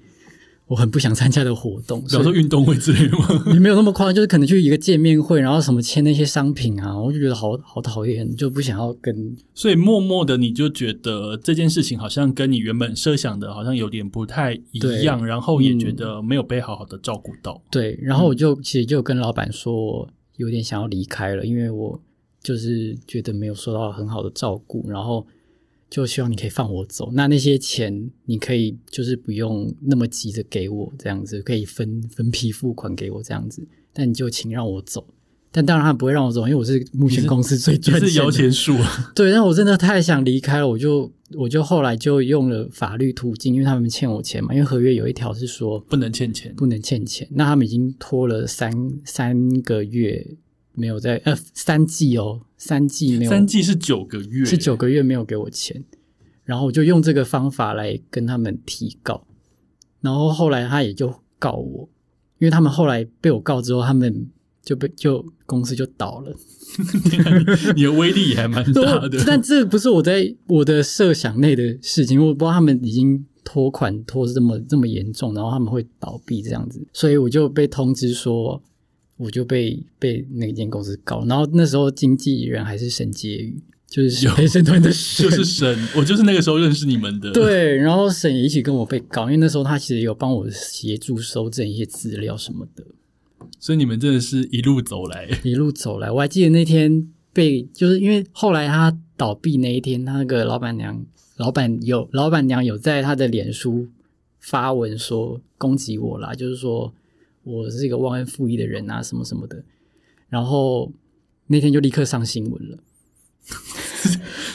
Speaker 2: 我很不想参加的活 动，
Speaker 1: 比
Speaker 2: 所
Speaker 1: 如
Speaker 2: 以
Speaker 1: 说运动会之类的吗？
Speaker 2: 也没有那么夸张，就是可能去一个见面会，然后什么签那些商品啊，我就觉得好好讨厌，就不想要跟
Speaker 1: 所以默默的你就觉得这件事情好像跟你原本设想的好像有点不太一样，然后也觉
Speaker 2: 嗯
Speaker 1: 得没有被好好的照顾到。
Speaker 2: 对，然
Speaker 1: 嗯
Speaker 2: 后我就、其实就跟老板说，我有点想要离开了，因为我就是觉得没有受到很好的照顾，然后就希望你可以放我走。那那些钱你可以就是不用那么急着给我，这样子可以分分批付款给我这样子，但你就请让我走。但当然他不会让我走，因为我是目前公司最
Speaker 1: 就
Speaker 2: 赚
Speaker 1: 是
Speaker 2: 钱
Speaker 1: 摇
Speaker 2: 的。
Speaker 1: 钱树，
Speaker 2: 对，但我真的太想离开了，我就我就后来就用了法律途径，因为他们欠我钱嘛，因为合约有一条是说，
Speaker 1: 不能欠钱。
Speaker 2: 不能欠钱。那他们已经拖了三三个月没有在呃三季哦，三季没有
Speaker 1: 三季是九个月，
Speaker 2: 是九个月没有给我钱，然后我就用这个方法来跟他们提告，然后后来他也就告我，因为他们后来被我告之后，他们就被就公司就倒了。
Speaker 1: 你，你的威力也还蛮
Speaker 2: 对
Speaker 1: 大
Speaker 2: 我
Speaker 1: 的。
Speaker 2: 但这不是我在我的设想内的事情，我不知道他们已经拖款拖这么这么严重，然后他们会倒闭这样子，所以我就被通知说，我就被被那间公司告，然后那时候经纪人还是沈婕妤，就是
Speaker 1: 有
Speaker 2: 陪 审团的沈，
Speaker 1: 就是神，我就是那个时候认识你们的。，
Speaker 2: 对，然后沈也一起跟我被告，因为那时候他其实有帮我协助收证一些资料什么的，
Speaker 1: 所以你们真的是一路走来，
Speaker 2: 一路走来，我还记得那天被，就是因为后来他倒闭那一天，他那个老板娘，老板有老板娘有在他的脸书发文说攻击我啦，就是说我是一个忘恩负义的人啊，什么什么的。然后那天就立刻上新闻了。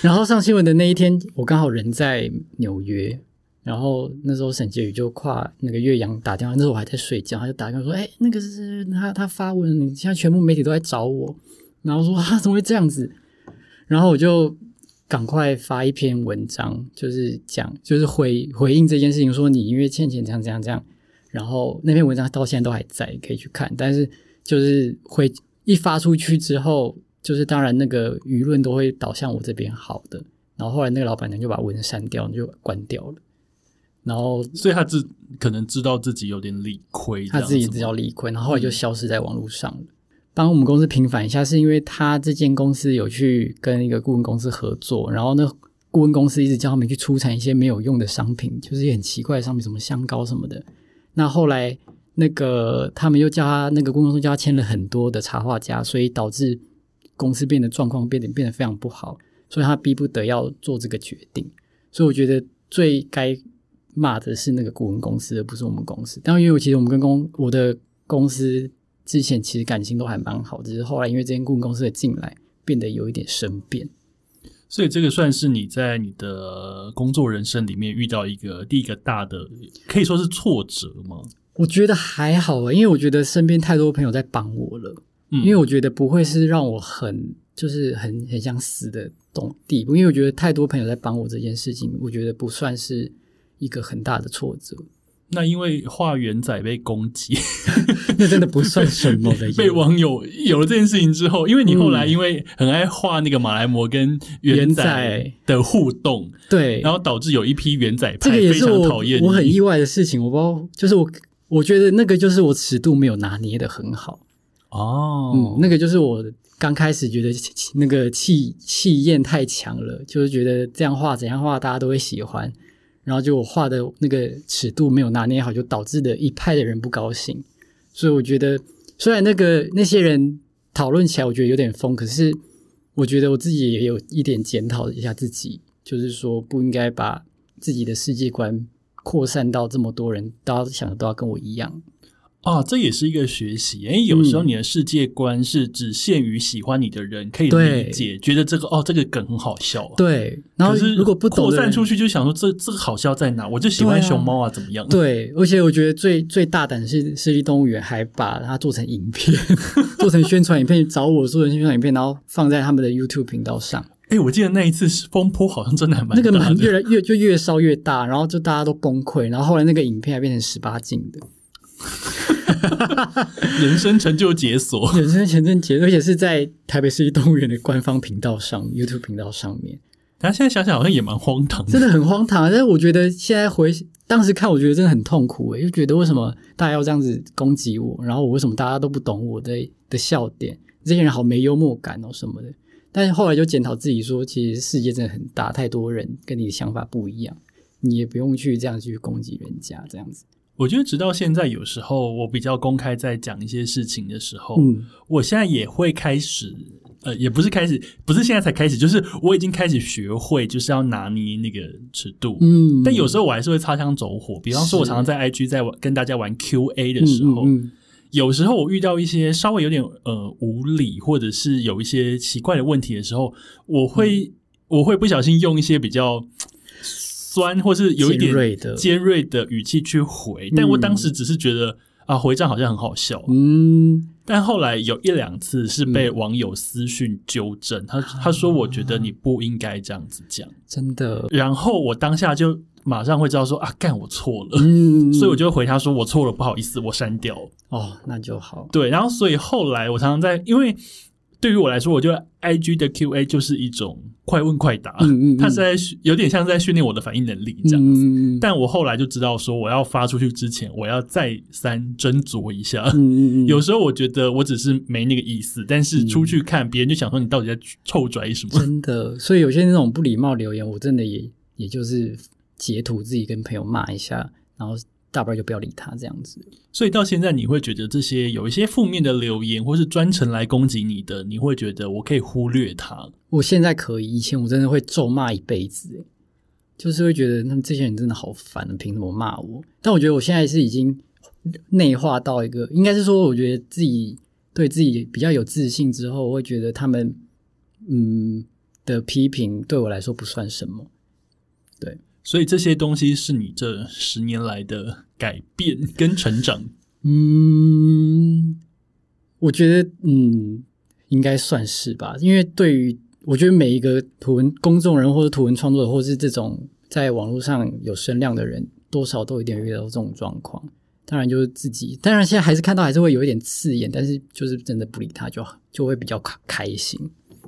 Speaker 2: 然后上新闻的那一天，我刚好人在纽约，然后那时候沈婕妤就跨那个岳阳打电话，那时候我还在睡觉，他就打电话说：“哎、那个是他他发文，你现在全部媒体都在找我。”然后说：“啊，怎么会这样子？”然后我就赶快发一篇文章，就是讲，就是回回应这件事情，说你因为欠钱这样这样这样。然后那篇文章到现在都还在，可以去看。但是就是会一发出去之后，就是当然那个舆论都会导向我这边好的。然后后来那个老板娘就把文删掉，就关掉了。然后
Speaker 1: 所以他自可能知道自己有点理亏，
Speaker 2: 他自己
Speaker 1: 这
Speaker 2: 知
Speaker 1: 样
Speaker 2: 道
Speaker 1: 子吗
Speaker 2: 理亏，然后后来就消失在网络上了。帮我们公司平反一下，是因为他这间公司有去跟一个顾问公司合作，然后呢，顾问公司一直叫他们去出产一些没有用的商品，就是一些很奇怪的商品，什么香膏什么的。那后来那个他们又叫他那个顾问公司叫他签了很多的插画家，所以导致公司变得状况变得变得非常不好，所以他逼不得要做这个决定。所以我觉得最该骂的是那个顾问公司，而不是我们公司。但因为我其实我们跟公我的公司之前其实感情都还蛮好，只是后来因为这间顾问公司的进来，变得有一点生变。
Speaker 1: 所以这个算是你在你的工作人生里面遇到一个第一个大的，可以说是挫折吗？
Speaker 2: 我觉得还好欸，因为我觉得身边太多朋友在帮我了，
Speaker 1: 嗯，
Speaker 2: 因为我觉得不会是让我很就是很很想死的动地步，因为我觉得太多朋友在帮我这件事情，我觉得不算是一个很大的挫折，
Speaker 1: 那因为化缘仔被攻击，
Speaker 2: 那真的不算什么的耶。
Speaker 1: 被网友有了这件事情之后，因为你后来因为很爱画那个马来模跟元
Speaker 2: 嗯元
Speaker 1: 仔
Speaker 2: 仔
Speaker 1: 的互动，
Speaker 2: 对，
Speaker 1: 然后导致有一批元仔
Speaker 2: 这
Speaker 1: 派
Speaker 2: 个也
Speaker 1: 非
Speaker 2: 是
Speaker 1: 常
Speaker 2: 我
Speaker 1: 讨厌
Speaker 2: 我很
Speaker 1: 你
Speaker 2: 意外的事情，我不知道，就是我我觉得那个就是我尺度没有拿捏的很好，
Speaker 1: 哦，
Speaker 2: 嗯，那个就是我刚开始觉得气气那个气气焰太强了，就是觉得这样画怎样画大家都会喜欢，然后就我画的那个尺度没有拿捏好，就导致的一派的人不高兴，所以我觉得虽然那个那些人讨论起来我觉得有点疯，可是我觉得我自己也有一点检讨一下自己，就是说不应该把自己的世界观扩散到这么多人，大家想的都要跟我一样。
Speaker 1: 啊，这也是一个学习，
Speaker 2: 嗯
Speaker 1: 因为有时候你的世界观是只限于喜欢你的人可以
Speaker 2: 对
Speaker 1: 理解，觉得这个哦这个梗很好笑、啊，。
Speaker 2: 对，然后
Speaker 1: 可是
Speaker 2: 如果不懂
Speaker 1: 扩
Speaker 2: 的
Speaker 1: 散
Speaker 2: 人
Speaker 1: 出去，就想说这这个好笑在哪？我就喜欢
Speaker 2: 对啊
Speaker 1: 熊猫啊，怎么样？
Speaker 2: 对，而且我觉得最最大胆的是市立动物园还把它做成影片， 做成宣传影片，找我做成宣传影片，然后放在他们的 YouTube 频道上。
Speaker 1: 哎、我记得那一次是风波好像真的还蛮
Speaker 2: 那个
Speaker 1: 大
Speaker 2: 蛮
Speaker 1: 的
Speaker 2: 越来越就越烧越大，然后就大家都崩溃，然后后来那个影片还变成十八 禁的，
Speaker 1: 人生成就解锁。
Speaker 2: 人生前阵节，而且是在台北市立动物园的官方频道上，YouTube 频道上面，
Speaker 1: 但现在想想好像也蛮荒唐的
Speaker 2: 真。的很荒唐。但是我觉得现在回当时看，我觉得真的很痛苦、欸，就觉得为什么大家要这样子攻击我，然后我为什么大家都不懂我的的笑点，这些人好没幽默感哦什么的。但是后来就检讨自己说，其实世界真的很大，太多人跟你的想法不一样，你也不用去这样去攻击人家这样子。
Speaker 1: 我觉得直到现在，有时候我比较公开在讲一些事情的时候，
Speaker 2: 嗯，
Speaker 1: 我现在也会开始，呃，也不是开始，不是现在才开始，就是我已经开始学会，就是要拿捏那个尺度。
Speaker 2: 嗯
Speaker 1: 但有时候我还是会擦枪走火，比方说，我常常在 IG 在玩跟大家玩 QA 的时候，
Speaker 2: 嗯嗯嗯
Speaker 1: 有时候我遇到一些稍微有点呃无理，或者是有一些奇怪的问题的时候，我会、
Speaker 2: 嗯
Speaker 1: 我会不小心用一些比较酸或是有一
Speaker 2: 尖
Speaker 1: 点
Speaker 2: 锐的
Speaker 1: 尖锐的语气去回，但我当时只是觉得啊回这样好像很好笑，
Speaker 2: 嗯，
Speaker 1: 但后来有一两次是被网友私讯纠正，
Speaker 2: 啊
Speaker 1: 他他说我觉得你不应该这样子讲，
Speaker 2: 真的，
Speaker 1: 然后我当下就马上会知道说啊干我错了，
Speaker 2: 嗯，
Speaker 1: 所以我就会回他说我错了，不好意思，我删掉。
Speaker 2: 哦，那就好，
Speaker 1: 对，然后所以后来我常常在，因为对于我来说，我觉得 I G 的 Q A 就是一种快问快答，
Speaker 2: 嗯嗯嗯
Speaker 1: 啊 它是在训有点像是在训练我的反应能力这样。
Speaker 2: 嗯嗯
Speaker 1: 但我后来就知道，说我要发出去之前，我要再三斟酌一下。
Speaker 2: 嗯嗯，
Speaker 1: 有时候我觉得我只是没那个意思，但是出去看别人就想说你到底在臭拽 什么？
Speaker 2: 真的，所以有些那种不礼貌留言，我真的也也就是截图自己跟朋友骂一下，然后大不了就不要理他这样子。
Speaker 1: 所以到现在你会觉得这些有一些负面的留言，或是专程来攻击你的，你会觉得我可以忽略它。
Speaker 2: 我现在可以，以前我真的会咒骂一辈子，欸就是会觉得他们这些人真的好烦，啊凭什么骂我？但我觉得我现在是已经内化到一个，应该是说，我觉得自己对自己比较有自信之后，我会觉得他们嗯的批评对我来说不算什么。
Speaker 1: 所以这些东西是你这十年来的改变跟成长。
Speaker 2: 嗯，我觉得嗯，应该算是吧，因为对于我觉得每一个图文公众人或者图文创作者，或是这种在网络上有声量的人，多少都有点遇到这种状况。当然就是自己，当然现在还是看到还是会有一点刺眼，但是就是真的不理他就好，就会比较开开心。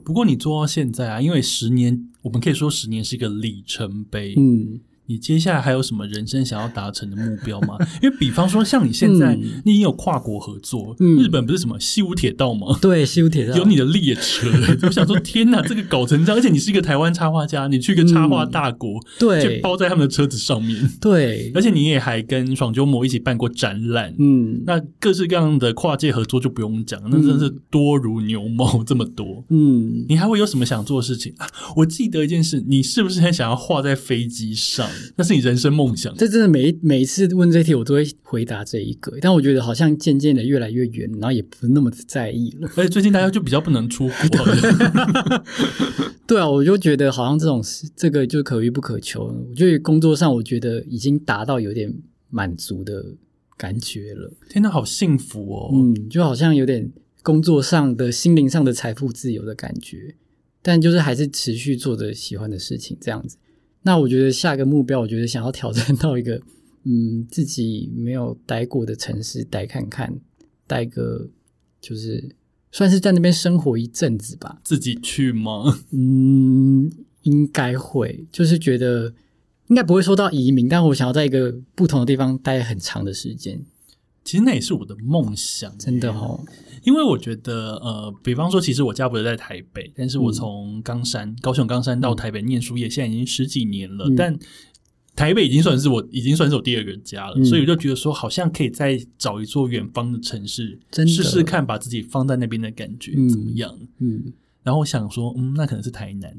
Speaker 1: 不过你做到现在啊，因为十年，我们可以说十年是一个里程碑。
Speaker 2: 嗯，
Speaker 1: 你接下来还有什么人生想要达成的目标 吗？因为比方说，像你现在，
Speaker 2: 嗯
Speaker 1: 你已经有跨国合作，
Speaker 2: 嗯
Speaker 1: 日本不是什么西武铁道吗？
Speaker 2: 对，西武铁道
Speaker 1: 有你的列 车，我想说，天哪，这个搞成这样！而且你是一个台湾插画家，你去一个插画大国，就
Speaker 2: 嗯对
Speaker 1: 包在他们的车子上面，
Speaker 2: 对
Speaker 1: 而，且你也还跟爽鸠摩一起办过展览，
Speaker 2: 嗯
Speaker 1: 那各式各样的跨界合作就不用讲，那真是多如牛毛这么多。
Speaker 2: 嗯，
Speaker 1: 你还会有什么想做的事情啊？我记得一件事，你是不是很想要画在飞机上？那是你人生梦想。
Speaker 2: 这真的每一每一次问这题，我都会回答这一个，但我觉得好像渐渐的越来越远，然后也不那么在意了。
Speaker 1: 而且最近大家就比较不能出国了，
Speaker 2: 对啊，我就觉得好像这种事，这个就可遇不可求。我觉得工作上，我觉得已经达到有点满足的感觉了。
Speaker 1: 天哪，好幸福哦！
Speaker 2: 嗯，就好像有点工作上的、心灵上的财富自由的感觉，但就是还是持续做着喜欢的事情这样子。那我觉得下个目标，我觉得想要挑战到一个嗯自己没有待过的城市待看看，待个就是算是在那边生活一阵子吧。
Speaker 1: 自己去吗？
Speaker 2: 嗯，应该会，就是觉得应该不会说到移民，但我想要在一个不同的地方待很长的时间，
Speaker 1: 其实那也是我的梦想，
Speaker 2: 真的哦。
Speaker 1: 因为我觉得，呃，比方说，其实我家不是在台北，但是
Speaker 2: 嗯
Speaker 1: 我从冈山、高雄冈山到台北念书业，现在已经十几年了，
Speaker 2: 嗯
Speaker 1: 但。台北已经算是我，已经算是我第二个家了，
Speaker 2: 嗯
Speaker 1: 所以我就觉得说，好像可以再找一座远方的城市，
Speaker 2: 真的
Speaker 1: 试试看，把自己放在那边的感觉
Speaker 2: 嗯
Speaker 1: 怎么样。
Speaker 2: 嗯，
Speaker 1: 然后我想说，嗯，那可能是台 南，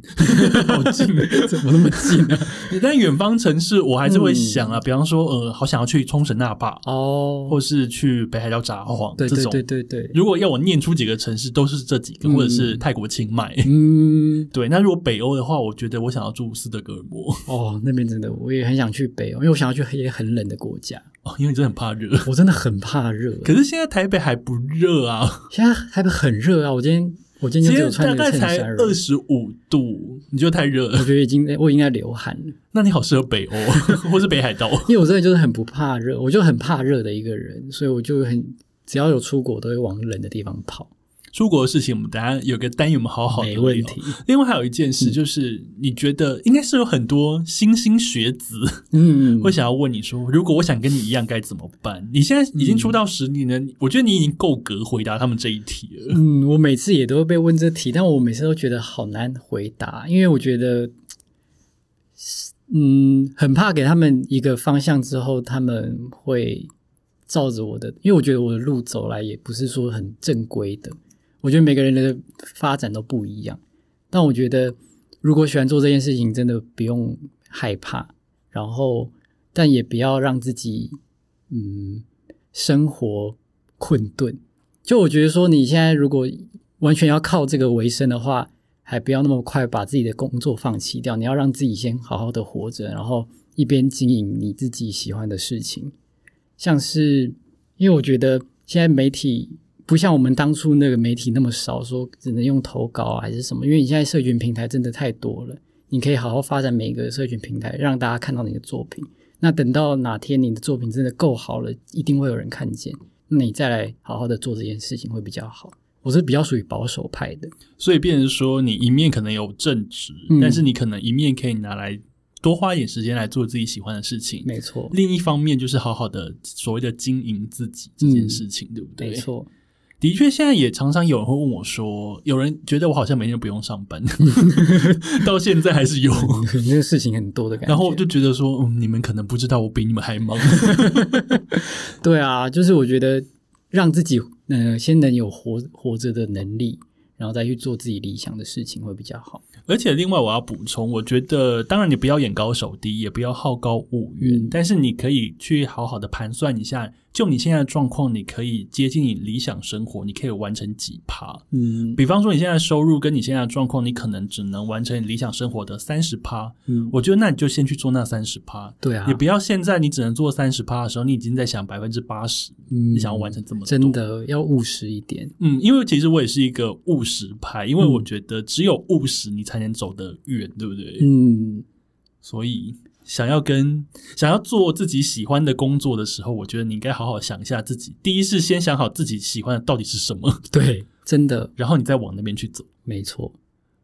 Speaker 1: 好近。
Speaker 2: 怎么那么近啊呢、
Speaker 1: 但远方城市，我还是会
Speaker 2: 嗯
Speaker 1: 想啊，比方说，呃，好想要去冲绳那霸，
Speaker 2: 哦，
Speaker 1: 或是去北海道札幌
Speaker 2: 对
Speaker 1: 这
Speaker 2: 对
Speaker 1: 种。
Speaker 2: 对对对，
Speaker 1: 如果要我念出几个城市，都是这几个，
Speaker 2: 嗯
Speaker 1: 或者是泰国清迈。
Speaker 2: 嗯，
Speaker 1: 对，那如果北欧的话，我觉得我想要住斯德哥尔摩，
Speaker 2: 哦，那边真的我也很想去北欧，因为我想要去一些很冷的国家，
Speaker 1: 哦，因为真的很怕热。
Speaker 2: 我真的很怕热。
Speaker 1: 可是现在台北还不热啊，
Speaker 2: 现在还很热啊，我今天我今天
Speaker 1: 今
Speaker 2: 就只有
Speaker 1: 天
Speaker 2: 穿
Speaker 1: 大
Speaker 2: 那
Speaker 1: 概
Speaker 2: 个衬
Speaker 1: 才
Speaker 2: 衫而
Speaker 1: 二
Speaker 2: 已，
Speaker 1: 十五度，你觉得太热
Speaker 2: 我
Speaker 1: 了？
Speaker 2: 觉得已经我已经在流汗了，
Speaker 1: 那你好适合北欧 或是北海道。
Speaker 2: 因为我真的就是很不怕热，我就很怕热的一个人，所以我就很只要有出国都会往冷的地方跑，
Speaker 1: 出国的事情，我们等一下有个单元，我们好好
Speaker 2: 没
Speaker 1: 聊
Speaker 2: 问
Speaker 1: 聊。
Speaker 2: 题。
Speaker 1: 另外还有一件事，就是你觉得应该是有很多新兴学子
Speaker 2: 嗯，
Speaker 1: 会想要问你说，如果我想跟你一样该怎么办？你现在已经
Speaker 2: 嗯
Speaker 1: 出道十年了，我觉得你已经够格回答他们这一题了。
Speaker 2: 嗯，我每次也都会被问这题，但我每次都觉得好难回答，因为我觉得，嗯，很怕给他们一个方向之后，他们会照着我的，因为我觉得我的路走来也不是说很正规的。我觉得每个人的发展都不一样，但我觉得如果喜欢做这件事情，真的不用害怕，然后但也不要让自己嗯生活困顿。就我觉得说，你现在如果完全要靠这个为生的话，还不要那么快把自己的工作放弃掉，你要让自己先好好的活着，然后一边经营你自己喜欢的事情。像是因为我觉得现在媒体不像我们当初那个媒体那么少，说只能用投稿啊还是什么，因为你现在社群平台真的太多了，你可以好好发展每个社群平台，让大家看到你的作品。那等到哪天你的作品真的够好了，一定会有人看见。那你再来好好的做这件事情会比较好。我是比较属于保守派的，
Speaker 1: 所以变成说，你一面可能有正职，
Speaker 2: 嗯
Speaker 1: 但是你可能一面可以拿来多花一点时间来做自己喜欢的事情。
Speaker 2: 没错，
Speaker 1: 另一方面就是好好的所谓的经营自己这件事情，对不对？
Speaker 2: 嗯没。错，
Speaker 1: 的确，现在也常常有人会问我说，有人觉得我好像每天都不用上 班，到现在还是有。
Speaker 2: 那个事情很多的感觉。
Speaker 1: 然后我就觉得说，嗯，你们可能不知道我比你们还忙。
Speaker 2: 对啊，就是我觉得让自己嗯、呃先能有活活着的能力，然后再去做自己理想的事情会比较好。
Speaker 1: 而且另外我要补充，我觉得当然你不要眼高手低，也不要好高骛远，
Speaker 2: 嗯
Speaker 1: 但是你可以去好好的盘算一下，就你现在的状况，你可以接近你理想生活，你可以完成几趴。
Speaker 2: 嗯
Speaker 1: 比方说，你现在收入跟你现在的状况，你可能只能完成你理想生活的三十趴。
Speaker 2: 嗯，
Speaker 1: 我觉得那你就先去做那三十趴，
Speaker 2: 对啊，
Speaker 1: 也不要现在你只能做三十趴的时候，你已经在想百分之八十，
Speaker 2: 嗯
Speaker 1: 你想要完成这么多。
Speaker 2: 真的要务实一点。
Speaker 1: 嗯，因为其实我也是一个务实派，因为
Speaker 2: 嗯
Speaker 1: 我觉得只有务实，你才能走得远，对不对？
Speaker 2: 嗯，
Speaker 1: 所以想要跟想要做自己喜欢的工作的时候，我觉得你应该好好想一下自己。第一是先想好自己喜欢的到底是什么，
Speaker 2: 对，真的
Speaker 1: 然后你再往那边去走。
Speaker 2: 没错。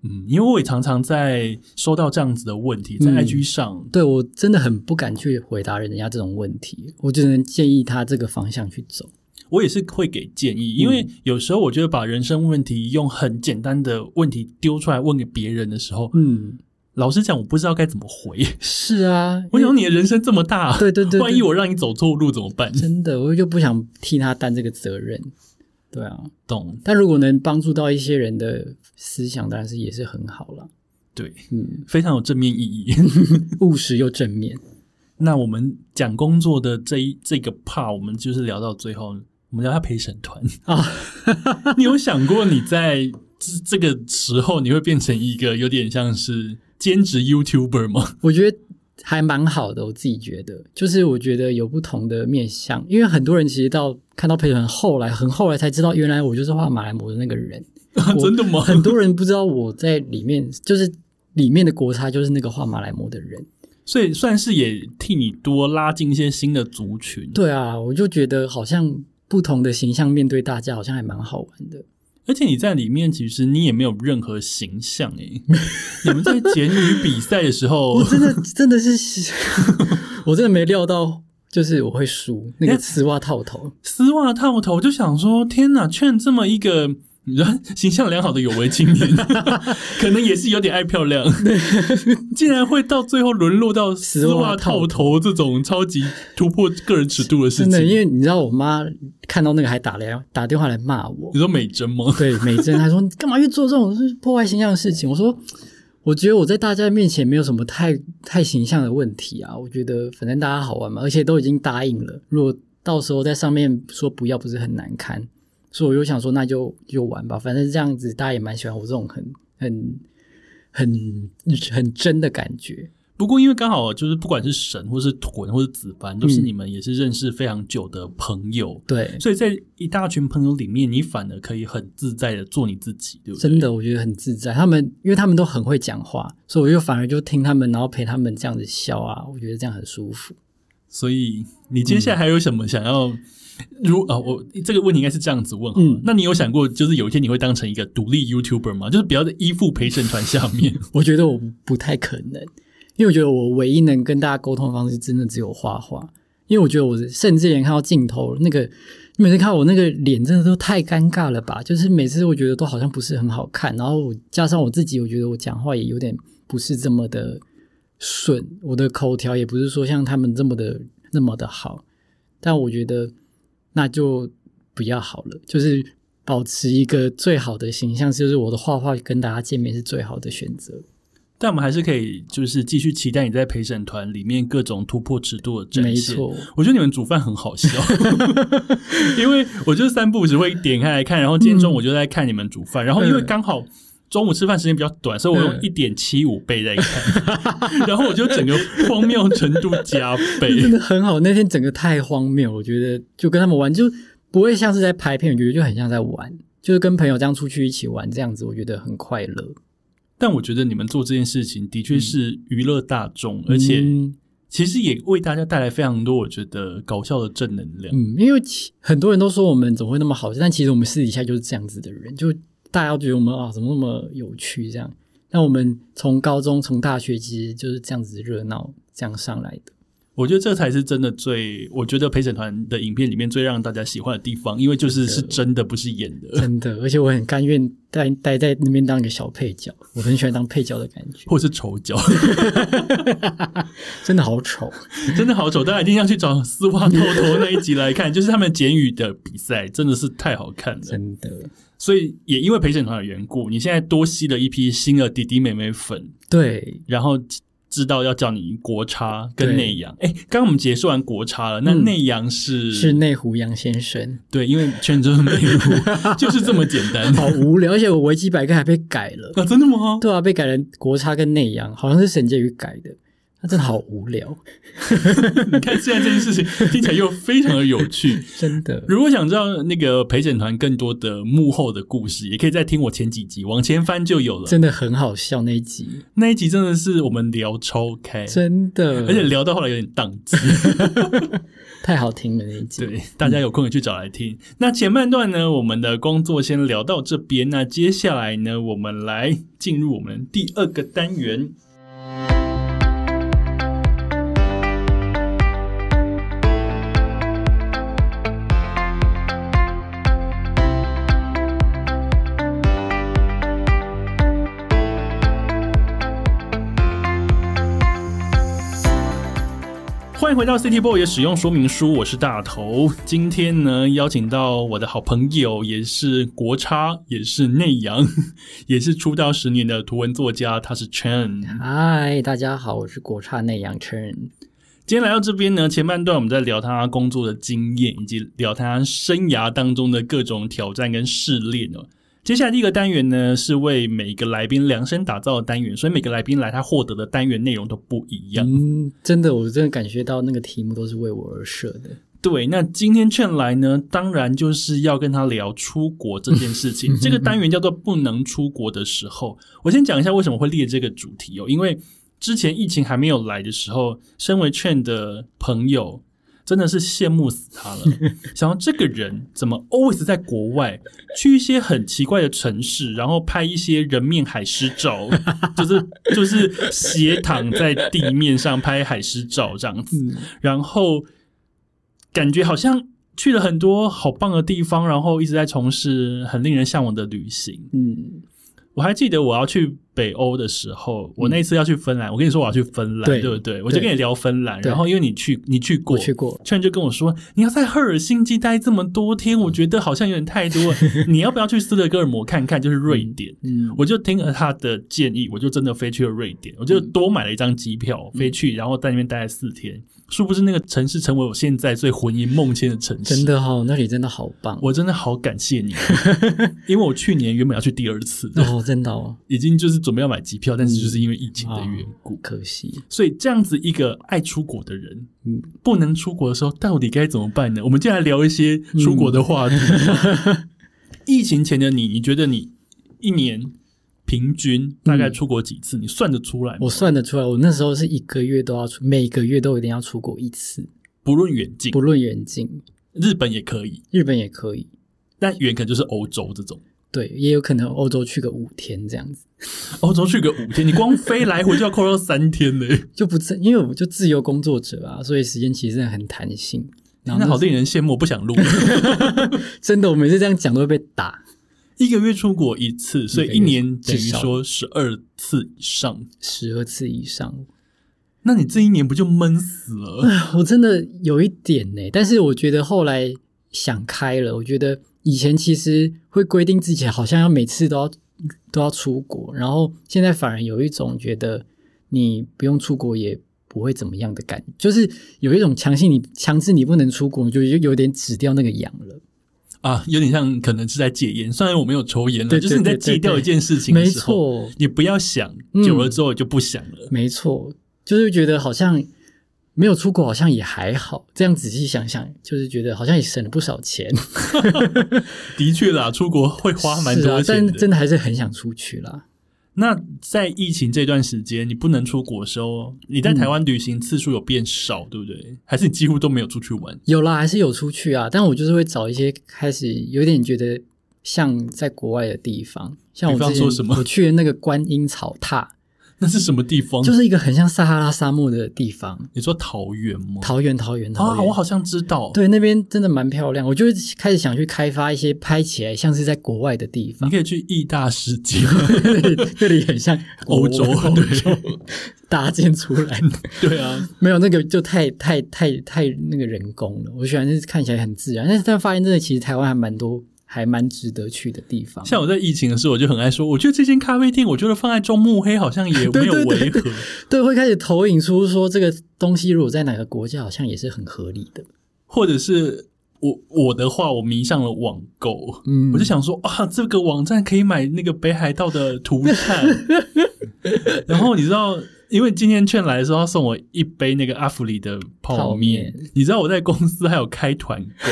Speaker 1: 嗯，因为我也常常在收到这样子的问题，在
Speaker 2: 嗯
Speaker 1: IG 上，
Speaker 2: 对我真的很不敢去回答人家这种问题，我只能建议他这个方向去走。
Speaker 1: 我也是会给建
Speaker 2: 嗯
Speaker 1: 议，因为有时候我觉得把人生问题用很简单的问题丢出来问给别人的时候，
Speaker 2: 嗯，
Speaker 1: 老实讲，我不知道该怎么回。
Speaker 2: 是啊，
Speaker 1: 我想你的人生这么 大，
Speaker 2: 对对对对
Speaker 1: 万一我让你走错路怎么办？
Speaker 2: 真的，我就不想替他担这个责任。对啊，
Speaker 1: 懂？
Speaker 2: 但如果能帮助到一些人的思想，当然是也是很好啦。
Speaker 1: 对，
Speaker 2: 嗯，
Speaker 1: 非常有正面意义。
Speaker 2: 务实又正面。
Speaker 1: 那我们讲工作的这一这个 part，我们就是聊到最后，我们聊一下陪审团
Speaker 2: 啊。
Speaker 1: 你有想过你在这这个时候你会变成一个有点像是兼职 YouTuber 吗？
Speaker 2: 我觉得还蛮好的，我自己觉得，就是我觉得有不同的面向，因为很多人其实到看到陪审团后来，很后来才知道，原来我就是画马来模的那个人。
Speaker 1: 真的吗？
Speaker 2: 很多人不知道我在里面，就是里面的国差就是那个画马来模的人。
Speaker 1: 所以算是也替你多拉近一些新的族群。
Speaker 2: 对啊，我就觉得好像不同的形象面对大家，好像还蛮好玩的。
Speaker 1: 而且你在里面，其实你也没有任何形象诶。 你们在简语比赛的时候
Speaker 2: 我，真的真的是， 我真的没料到，就是我会输那个丝袜套头。
Speaker 1: 丝袜套头，就想说，天哪，劝这么一个你知道形象良好的有为青年， 可能也是有点爱漂 亮，竟然会到最后沦落到丝袜套头这种超级突破个人尺度的事
Speaker 2: 真的，因
Speaker 1: 情。
Speaker 2: 为你知道，我妈看到那个还打来打电话来骂我
Speaker 1: 你。说美珍吗？
Speaker 2: 对，美珍她说：“你干嘛去做这种 就是破坏形象的事情？”我说：“我觉得我在大家面前没有什么太太形象的问题啊。我觉得反正大家好玩嘛，而且都已经答应了，如果到时候在上面说不要，不是很难堪。所以我就想说，那就就玩吧，反正这样子大家也蛮喜欢我这种很很很很真的感觉。
Speaker 1: 不过因为刚好就是不管是神或是屯或是子凡，都是你们也是认识非常久的朋友，
Speaker 2: 对，
Speaker 1: 所以在一大群朋友里面，你反而可以很自在的做你自己，对不对？
Speaker 2: 真的，我觉得很自在。他们因为他们都很会讲话，所以我就反而就听他们，然后陪他们这样子笑啊，我觉得这样很舒服。
Speaker 1: 所以你接
Speaker 2: 嗯
Speaker 1: 下来还有什么想要？如啊、我这个问题应该是这样子问好了。
Speaker 2: 嗯
Speaker 1: 那你有想过，就是有一天你会当成一个独立 YouTuber 吗？就是不要在依附陪审团下 面。
Speaker 2: 我觉得我不太可能，因为我觉得我唯一能跟大家沟通的方式，真的只有画画。因为我觉得我甚至连看到镜头那个，你每次看我那个脸，真的都太尴尬了吧？就是每次我觉得都好像不是很好看，然后我加上我自己，我觉得我讲话也有点不是这么的顺，我的口条也不是说像他们这么的那么的好。但我觉得那就不要好了，就是保持一个最好的形象，就是我的画画跟大家见面是最好的选择。
Speaker 1: 但我们还是可以，就是继续期待你在陪审团里面各种突破尺度的展
Speaker 2: 没
Speaker 1: 现。
Speaker 2: 错，
Speaker 1: 我觉得你们煮饭很好 笑，因为我就是三不五时会点开来看，然后今天中午我就在看你们煮饭，然后因为刚好中午吃饭时间比较短，所以我用
Speaker 2: 嗯
Speaker 1: 一点七五倍在看， 然后我就整个荒谬程度加
Speaker 2: 真
Speaker 1: 倍。
Speaker 2: 的很好。那天整个太荒谬，我觉得就跟他们玩就不会像是在拍片，我觉得就很像在玩，就是跟朋友这样出去一起玩这样子，我觉得很快乐。
Speaker 1: 但我觉得你们做这件事情的确是娱乐大众，而且
Speaker 2: 嗯
Speaker 1: 其实也为大家带来非常多我觉得搞笑的正能量。
Speaker 2: 嗯，因为其很多人都说我们怎么会那么好笑，但其实我们私底下就是这样子的人，就大家都觉得我们啊怎么那么有趣这样。那我们从高中、从大学，其实就是这样子热闹这样上来的。
Speaker 1: 我觉得这才是真的最，我觉得陪审团的影片里面最让大家喜欢的地方，因为就是是真的，不是演 的。
Speaker 2: 真的，而且我很甘愿待待在那边当一个小配角，我很喜欢当配角的感觉，
Speaker 1: 或是丑角，
Speaker 2: 真的好丑。
Speaker 1: 真的好丑！大家一定要去找丝袜透头那一集来 看，就是他们简语的比赛，真的是太好看了。
Speaker 2: 真的，
Speaker 1: 所以也因为陪审团的缘故，你现在多吸了一批新的弟弟妹妹粉，
Speaker 2: 对，
Speaker 1: 然后知道要叫你国差跟
Speaker 2: 对
Speaker 1: 内阳。哎，刚刚我们结束完国差了，那
Speaker 2: 嗯
Speaker 1: 内阳是、
Speaker 2: 是内湖杨先生，
Speaker 1: 对，因为全州内湖 就是这么简 单。
Speaker 2: 好无聊，而且我维基百科还被改 了。
Speaker 1: 啊，真的吗？
Speaker 2: 对啊，被改成国差跟内阳，好像是沈婕妤改的，那真的好无聊，
Speaker 1: 你看现在这件事情听起来又非常的有趣。
Speaker 2: 真的。
Speaker 1: 如果想知道那个陪审团更多的幕后的故事，也可以再听我前几集，往前翻就有了。
Speaker 2: 真的很好笑那一集，
Speaker 1: 那一集真的是我们聊超开，
Speaker 2: 真的，
Speaker 1: 而且聊到后来有点宕机。
Speaker 2: 太好听了那一集。
Speaker 1: 对，大家有空也去找来听。那前半段呢，我们的工作先聊到这边。那接下来呢，我们来进入我们第二个单元。欢迎回到 City Boy 的使用说明书，我是大头。今天呢，邀请到我的好朋友，也是国差，也是内阳， 也是出道十年的图文作家，他是 Chen。
Speaker 2: 嗨，大家好，我是国差内养 Chen。
Speaker 1: 今天来到这边呢，前半段我们在聊他工作的经验，以及聊他生涯当中的各种挑战跟试炼哦。接下来第一个单元呢，是为每个来宾量身打造的单元，所以每个来宾来他获得的单元内容都不一样。
Speaker 2: 嗯，真的，我真的感觉到那个题目都是为我而设的。
Speaker 1: 对，那今天劝来呢，当然就是要跟他聊出国这件事情。这个单元叫做“不能出国的时候”。我先讲一下为什么会列这个主题哦，因为之前疫情还没有来的时候，身为劝的朋友真的是羡慕死他了。想到这个人怎么 always 在国外，去一些很奇怪的城市，然后拍一些人面海狮照， 就是就是斜躺在地面上拍海狮照这样子。
Speaker 2: 嗯，
Speaker 1: 然后感觉好像去了很多好棒的地方，然后一直在从事很令人向往的旅行。
Speaker 2: 嗯，
Speaker 1: 我还记得我要去北欧的时候，我那一次要去芬兰，我跟你说我要去芬兰，
Speaker 2: 对
Speaker 1: 不对？我就
Speaker 2: 对
Speaker 1: 跟你聊芬兰，
Speaker 2: 对
Speaker 1: 然后因为你去，你去过
Speaker 2: 我。去过。
Speaker 1: 圈就跟我说，你要在赫尔辛基待这么多天，我觉得好像有点太多了。你要不要去斯德哥尔摩看看？就是瑞典，
Speaker 2: 嗯，
Speaker 1: 我就听了他的建议，我就真的飞去了瑞典，我
Speaker 2: 嗯
Speaker 1: 就多买了一张机票、飞去，然后在那边待了四天。殊不知那个城市成为我现在最魂萦梦牵的城市。
Speaker 2: 真，的哦，那里真的好棒。
Speaker 1: 我真的好感谢你， 因为我去年原本要去第二次，
Speaker 2: 哦，真的哦，
Speaker 1: 已经就是准备要买机票，但是
Speaker 2: 嗯
Speaker 1: 就是因为疫情的
Speaker 2: 啊
Speaker 1: 缘故，
Speaker 2: 可惜。
Speaker 1: 所以这样子一个爱出国的人，
Speaker 2: 嗯
Speaker 1: 不能出国的时候到底该怎么办呢？我们接下来聊一些出国的话 题。疫情前的你，你觉得你一年平均大概出国几次？你算得出来吗
Speaker 2: 嗯我？算得出来，我那时候是一个月都要出，每个月都一定要出国一次，
Speaker 1: 不论远近
Speaker 2: 不，论远近，
Speaker 1: 日本也可以，
Speaker 2: 日本也可以。
Speaker 1: 但远可能就是欧洲这种。
Speaker 2: 对，也有可能欧洲去个五天这样子，
Speaker 1: 欧洲去个五天，你光飞来回就要扣到三天呢、
Speaker 2: 就不自，因为我就自由工作者啊，所以时间其实真的很弹性。 然后
Speaker 1: 那好令人羡慕，我不想 录。
Speaker 2: 真的，我每次这样讲都会被打。
Speaker 1: 一个月出国一次，所以一
Speaker 2: 一个月
Speaker 1: 年等于
Speaker 2: 至少
Speaker 1: 说十二次以上。
Speaker 2: 十二次以上，
Speaker 1: 那你这一年不就闷死了？
Speaker 2: 我真的有一点呢、但是我觉得后来想开了，我觉得以前其实会规定自己好像要每次都要都要出国，然后现在反而有一种觉得你不用出国也不会怎么样的感觉，就是有一种强性你强制你不能出国，我就有有点指掉那个痒了。
Speaker 1: 啊，有点像可能是在戒烟，虽然我没有抽烟了，
Speaker 2: 对对
Speaker 1: 就是你在戒掉一件事情的
Speaker 2: 没
Speaker 1: 时候，
Speaker 2: 错，
Speaker 1: 你不要想，
Speaker 2: 嗯
Speaker 1: 久了之后就不想了。
Speaker 2: 没错，就是觉得好像没有出国，好像也还好。这样仔细想想，就是觉得好像也省了不少钱，
Speaker 1: 的确啦，出国会花蛮多
Speaker 2: 是啊，
Speaker 1: 钱
Speaker 2: 但
Speaker 1: 的。
Speaker 2: 真的还是很想出去啦。
Speaker 1: 那在疫情这段时间，你不能出国的时候，你在台湾旅行次数有变少，对不对？还是你几乎都没有出去玩？
Speaker 2: 有啦，还是有出去啊，但我就是会找一些开始有点觉得像在国外的地方，像我
Speaker 1: 比方
Speaker 2: 之前
Speaker 1: 说什么
Speaker 2: 我去的那个观音草塔，
Speaker 1: 那是什么地方？
Speaker 2: 就是一个很像撒哈拉沙漠的地方，
Speaker 1: 你说桃园吗？
Speaker 2: 桃园，桃园，桃
Speaker 1: 啊，
Speaker 2: 园。
Speaker 1: 我好像知道。，
Speaker 2: 对，那边真的蛮漂亮，我就开始想去开发一些拍起来像是在国外的地方
Speaker 1: 你。可以去义大世界。
Speaker 2: 那里很像
Speaker 1: 欧洲
Speaker 2: 欧
Speaker 1: 对
Speaker 2: 洲 搭建出来的，
Speaker 1: 对啊，
Speaker 2: 没有那个就太太太太那个人工了。我喜欢是看起来很自然，但是但发现真的其实台湾还蛮多，还蛮值得去的地方。
Speaker 1: 像我在疫情的时候，我就很爱说，我觉得这间咖啡店，我觉得放在中目黑好像也没有
Speaker 2: 对对对
Speaker 1: 违和。
Speaker 2: 对，会开始投影出说这个东西如果在哪个国家好像也是很合理的。
Speaker 1: 或者是我我的话，我迷上了网购，
Speaker 2: 嗯
Speaker 1: 我就想说啊，这个网站可以买那个北海道的土 产。然后你知道，因为今天劝来的时候，他送我一杯那个阿芙里的泡面。
Speaker 2: 泡
Speaker 1: 你知道我在公司还有开团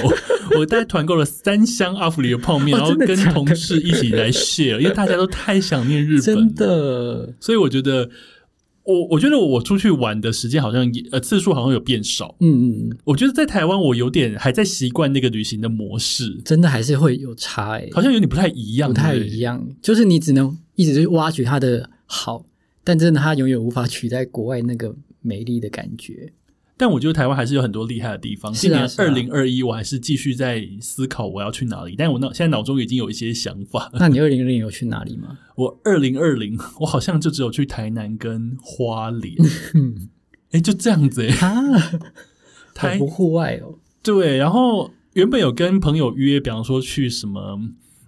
Speaker 1: 购，我在团购了三箱阿芙里的泡面，
Speaker 2: 哦
Speaker 1: 然后
Speaker 2: 真的
Speaker 1: 跟
Speaker 2: 假的
Speaker 1: 同事一起来 share，因为大家都太想念日本了
Speaker 2: 嗯真。的，
Speaker 1: 所以我觉得，我我觉得我出去玩的时间好像也呃次数好像有变少。
Speaker 2: 嗯，嗯
Speaker 1: 我觉得在台湾，我有点还在习惯那个旅行的模式，
Speaker 2: 真的还是会有差哎、
Speaker 1: 好像欸有点不太一样，
Speaker 2: 不太
Speaker 1: 对不对
Speaker 2: 一。样，就是你只能一直去挖掘它的好，但真的它永远无法取代国外那个美丽的感觉。
Speaker 1: 但我觉得台湾还是有很多厉害的地方。
Speaker 2: 是
Speaker 1: 今
Speaker 2: 啊
Speaker 1: 年
Speaker 2: 是
Speaker 1: 二
Speaker 2: 啊
Speaker 1: 零二一，我还是继续在思考我要去哪里，但我脑现在脑中已经有一些想法。
Speaker 2: 那 你二零零有去哪里吗？
Speaker 1: 我二零二零，我好像就只有去台南跟花莲。
Speaker 2: 嗯，
Speaker 1: 哎、哎，就这样子哎、
Speaker 2: 啊，好
Speaker 1: 台
Speaker 2: 不户外哦。
Speaker 1: 对，然后原本有跟朋友约，比方说去什么。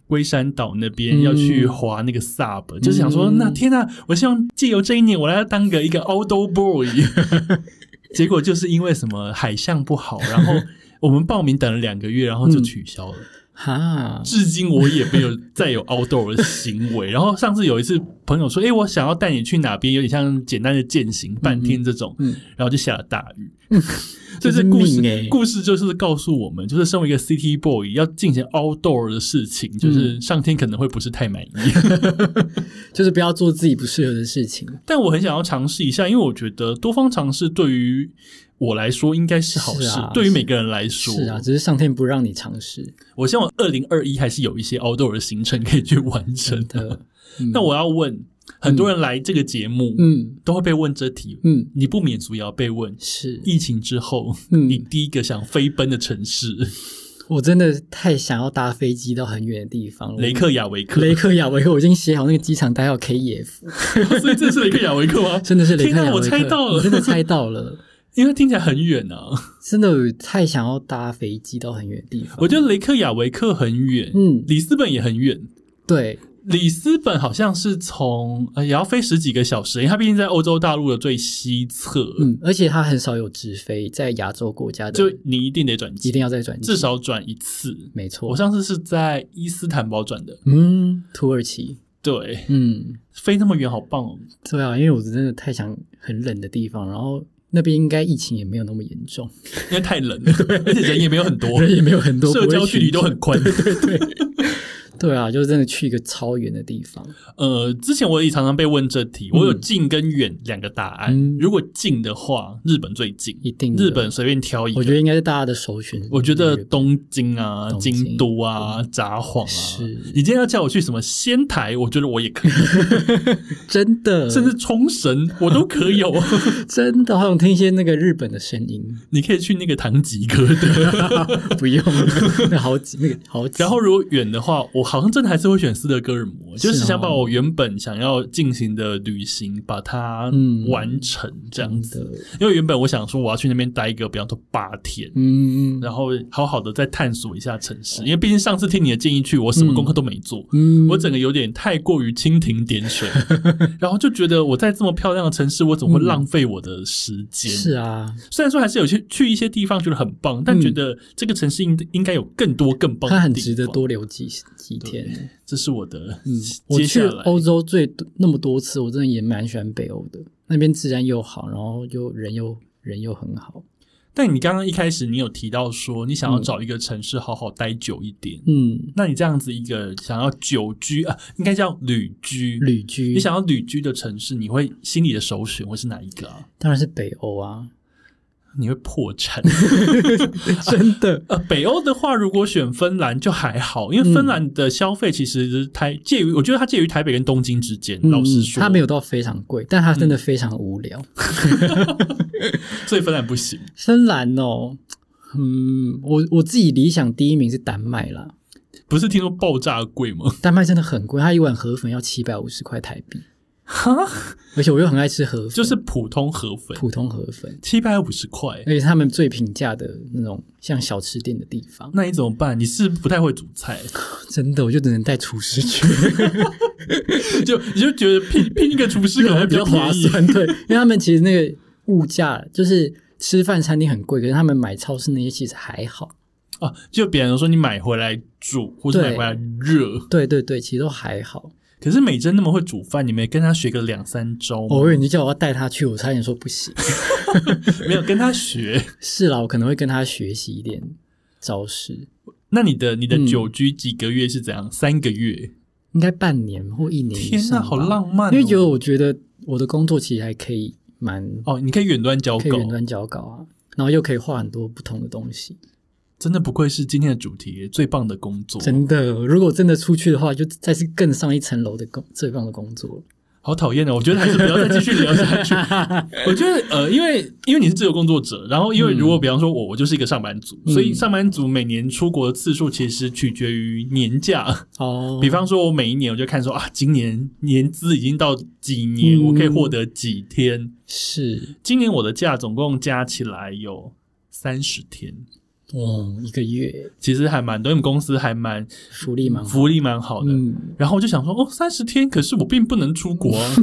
Speaker 1: 龟山岛那边
Speaker 2: 嗯
Speaker 1: 要去滑那个 sub，、就是想说，
Speaker 2: 嗯
Speaker 1: 那天啊，我希望借由这一年，我来当个一个 outdoor boy。结果就是因为什么海象不好，然后我们报名等了两个月，然后就
Speaker 2: 嗯
Speaker 1: 取消了。
Speaker 2: 哈，
Speaker 1: 至今我也没有 再有 outdoor 的行为。然后上次有一次朋友说，诶，我想要带你去哪边，有点像简单的践行半天这种，
Speaker 2: 嗯
Speaker 1: 然后就下了大雨。 所
Speaker 2: 这
Speaker 1: 以这
Speaker 2: 是
Speaker 1: 故事、
Speaker 2: 命欸
Speaker 1: 故事就是告诉我们，就是身为一个 city boy 要进行 outdoor 的事情，
Speaker 2: 嗯
Speaker 1: 就是上天可能会不是太满意。
Speaker 2: 就是不要做自己不适合的事情。
Speaker 1: 但我很想要尝试一下，因为我觉得多方尝试对于我来说应该是好事，
Speaker 2: 是啊
Speaker 1: 对于每个人来说
Speaker 2: 是啊，只是上天不让你尝试。
Speaker 1: 我希望二零二一还是有一些 outdoor 的行程可以去完成
Speaker 2: 真的。嗯
Speaker 1: 那我要问，很多人来这个节目，
Speaker 2: 嗯
Speaker 1: 都会被问这题，
Speaker 2: 嗯
Speaker 1: 你不免俗也要被问。
Speaker 2: 是，
Speaker 1: 疫情之后，
Speaker 2: 嗯
Speaker 1: 你第一个想飞奔的城市，
Speaker 2: 我真的太想要搭飞机到很远的地方了。
Speaker 1: 雷克雅维克，
Speaker 2: 哦雷克雅维克，我已经写好那个机场代号 KF，
Speaker 1: 所以这是雷克雅维克 吗？
Speaker 2: 真的是雷克雅维
Speaker 1: 天哪
Speaker 2: 克。
Speaker 1: 我猜到了
Speaker 2: 你真的猜到了，
Speaker 1: 因为听起来很远啊。
Speaker 2: 真的太想要搭飞机到很远的地方。
Speaker 1: 我觉得雷克雅维克很远，
Speaker 2: 嗯
Speaker 1: 里斯本也很远。
Speaker 2: 对，
Speaker 1: 里斯本好像是从呃也要飞十几个小时，因为它毕竟在欧洲大陆的最西侧，
Speaker 2: 嗯，而且它很少有直飞，在亚洲国家的
Speaker 1: 就你一定得转
Speaker 2: 一
Speaker 1: 机，
Speaker 2: 定要再转机，
Speaker 1: 至少转一次。
Speaker 2: 没错
Speaker 1: 我。上次是在伊斯坦堡转的，
Speaker 2: 嗯，土耳其，
Speaker 1: 对，
Speaker 2: 嗯，
Speaker 1: 飞那么远好棒哦！
Speaker 2: 对啊，因为我真的太想很冷的地方，然后那边应该疫情也没有那么严重，
Speaker 1: 因为太 冷了，而且人也没有很多，
Speaker 2: 人也没有很多，
Speaker 1: 社交距离都
Speaker 2: 不会
Speaker 1: 很宽。
Speaker 2: 群聚。对啊，就真的去一个超远的地方。
Speaker 1: 呃，之前我也常常被问这题，我有近跟远两个答案。
Speaker 2: 嗯
Speaker 1: 如果近的话，日本最近，
Speaker 2: 一定的
Speaker 1: 日本随便挑一个。
Speaker 2: 我觉得应该是大家的首选。
Speaker 1: 我觉得东京啊、
Speaker 2: 东京
Speaker 1: 京都啊、札幌啊，
Speaker 2: 是
Speaker 1: 你今天要叫我去什么仙台，我觉得我也可以，
Speaker 2: 真的，
Speaker 1: 甚至冲绳我都可以、哦。
Speaker 2: 真的好想听一些那个日本的声音。
Speaker 1: 你可以去那个唐吉诃德。
Speaker 2: 不用，那好挤，那个好挤。
Speaker 1: 然后如果远的话，我好像真的还是会选斯德哥尔摩，
Speaker 2: 是
Speaker 1: 就
Speaker 2: 哦
Speaker 1: 是想把我原本想要进行的旅行把它
Speaker 2: 嗯
Speaker 1: 完成这样子。
Speaker 2: 的，
Speaker 1: 因为原本我想说我要去那边待一个，比方说八天。
Speaker 2: 嗯
Speaker 1: 然后好好的再探索一下城市，因为毕竟上次听你的建议去，我什么功课都没做，
Speaker 2: 嗯，
Speaker 1: 我整个有点太过于蜻蜓点 水，然后就觉得我在这么漂亮的城市，我怎么会浪费我的时间？
Speaker 2: 嗯是啊，
Speaker 1: 虽然说还是有去去一些地方觉得很棒，但
Speaker 2: 嗯
Speaker 1: 觉得这个城市应应该有更多更棒的地方，
Speaker 2: 它很值得多留几几天。
Speaker 1: 这是我的。
Speaker 2: 嗯，我
Speaker 1: 接下
Speaker 2: 去
Speaker 1: 来
Speaker 2: 欧洲最多那么多次，我真的也蛮喜欢北欧的，那边自然又好，然后又人又人又很好。
Speaker 1: 但你刚刚一开始你有提到说，你想要找一个城市好好待久一点。
Speaker 2: 嗯，
Speaker 1: 那你这样子一个想要久居啊，应该叫旅居。
Speaker 2: 旅居
Speaker 1: 你想要旅居的城市，你会心里的首选会是哪一个啊？
Speaker 2: 当然是北欧 啊，
Speaker 1: 你会破 产。
Speaker 2: 真的。
Speaker 1: 呃，北欧的话，如果选芬兰就还好，因为芬兰的消费其实是台介于，我觉得它介于台北跟东京之间。老实说，
Speaker 2: 嗯
Speaker 1: 嗯
Speaker 2: 它没有到非常贵，但它真的非常无聊。
Speaker 1: 所以芬兰不行。
Speaker 2: 芬兰哦，嗯，我我自己理想第一名是丹麦啦，
Speaker 1: 不是听说爆炸贵吗？
Speaker 2: 丹麦真的很贵，它一碗河粉要七百五十块台币，
Speaker 1: 哈，
Speaker 2: 而且我又很爱吃河粉，
Speaker 1: 就是普通河粉，
Speaker 2: 普通河粉，
Speaker 1: 七百五十块。
Speaker 2: 而且他们最平价的那种像小吃店的地方，
Speaker 1: 那你怎么办？你是不太会煮菜，
Speaker 2: 真的我就只能带厨师去，
Speaker 1: 就你就觉得聘聘一个厨师可能会
Speaker 2: 比较
Speaker 1: 便
Speaker 2: 划
Speaker 1: 宜。
Speaker 2: 算，对，因为他们其实那个物价就是吃饭餐厅很贵，可是他们买超市那些其实还好，
Speaker 1: 啊，就别人说你买回来煮或者
Speaker 2: 对
Speaker 1: 买回来热，
Speaker 2: 对对对，其实都还好。
Speaker 1: 可是美珍那么会煮饭，你没跟她学个两三周吗？
Speaker 2: 偶尔你就哦叫我要带他去，我差点说 不行。
Speaker 1: 没有跟她学。
Speaker 2: 是啦，我可能会跟他学习一点招式，
Speaker 1: 那你的你的
Speaker 2: 嗯
Speaker 1: 久居几个月是怎样？三个月？
Speaker 2: 应该半年或一年以
Speaker 1: 天哪，
Speaker 2: 上吧。
Speaker 1: 好浪漫、哦！
Speaker 2: 嗯因为觉得我觉得我的工作其实还可以蛮
Speaker 1: 哦，你可以远端交
Speaker 2: 可以
Speaker 1: 稿
Speaker 2: 远，端交稿啊，然后又可以画很多不同的东西，
Speaker 1: 真的不愧是今天的主题，最棒的工作。
Speaker 2: 真的。如果真的出去的话，就再是更上一层楼的工最棒的工作了。
Speaker 1: 好讨厌哦！我觉得还是不要再继续聊下去。我觉得呃，因为因为你是自由工作者，然后因为如果比方说我我就是一个上班族，
Speaker 2: 嗯
Speaker 1: 所以上班族每年出国的次数其实取决于年假。
Speaker 2: 哦，
Speaker 1: 比方说，我每一年我就看说啊，今年年资已经到几年，
Speaker 2: 嗯
Speaker 1: 我可以获得几天。
Speaker 2: 是
Speaker 1: 今年我的假总共加起来有三十天，
Speaker 2: 哦，一个月
Speaker 1: 其实还蛮多，因为我们公司还蛮
Speaker 2: 福利蛮好，
Speaker 1: 福利蛮好的。
Speaker 2: 嗯，
Speaker 1: 然后我就想说，哦，三十天，可是我并不能出国 啊。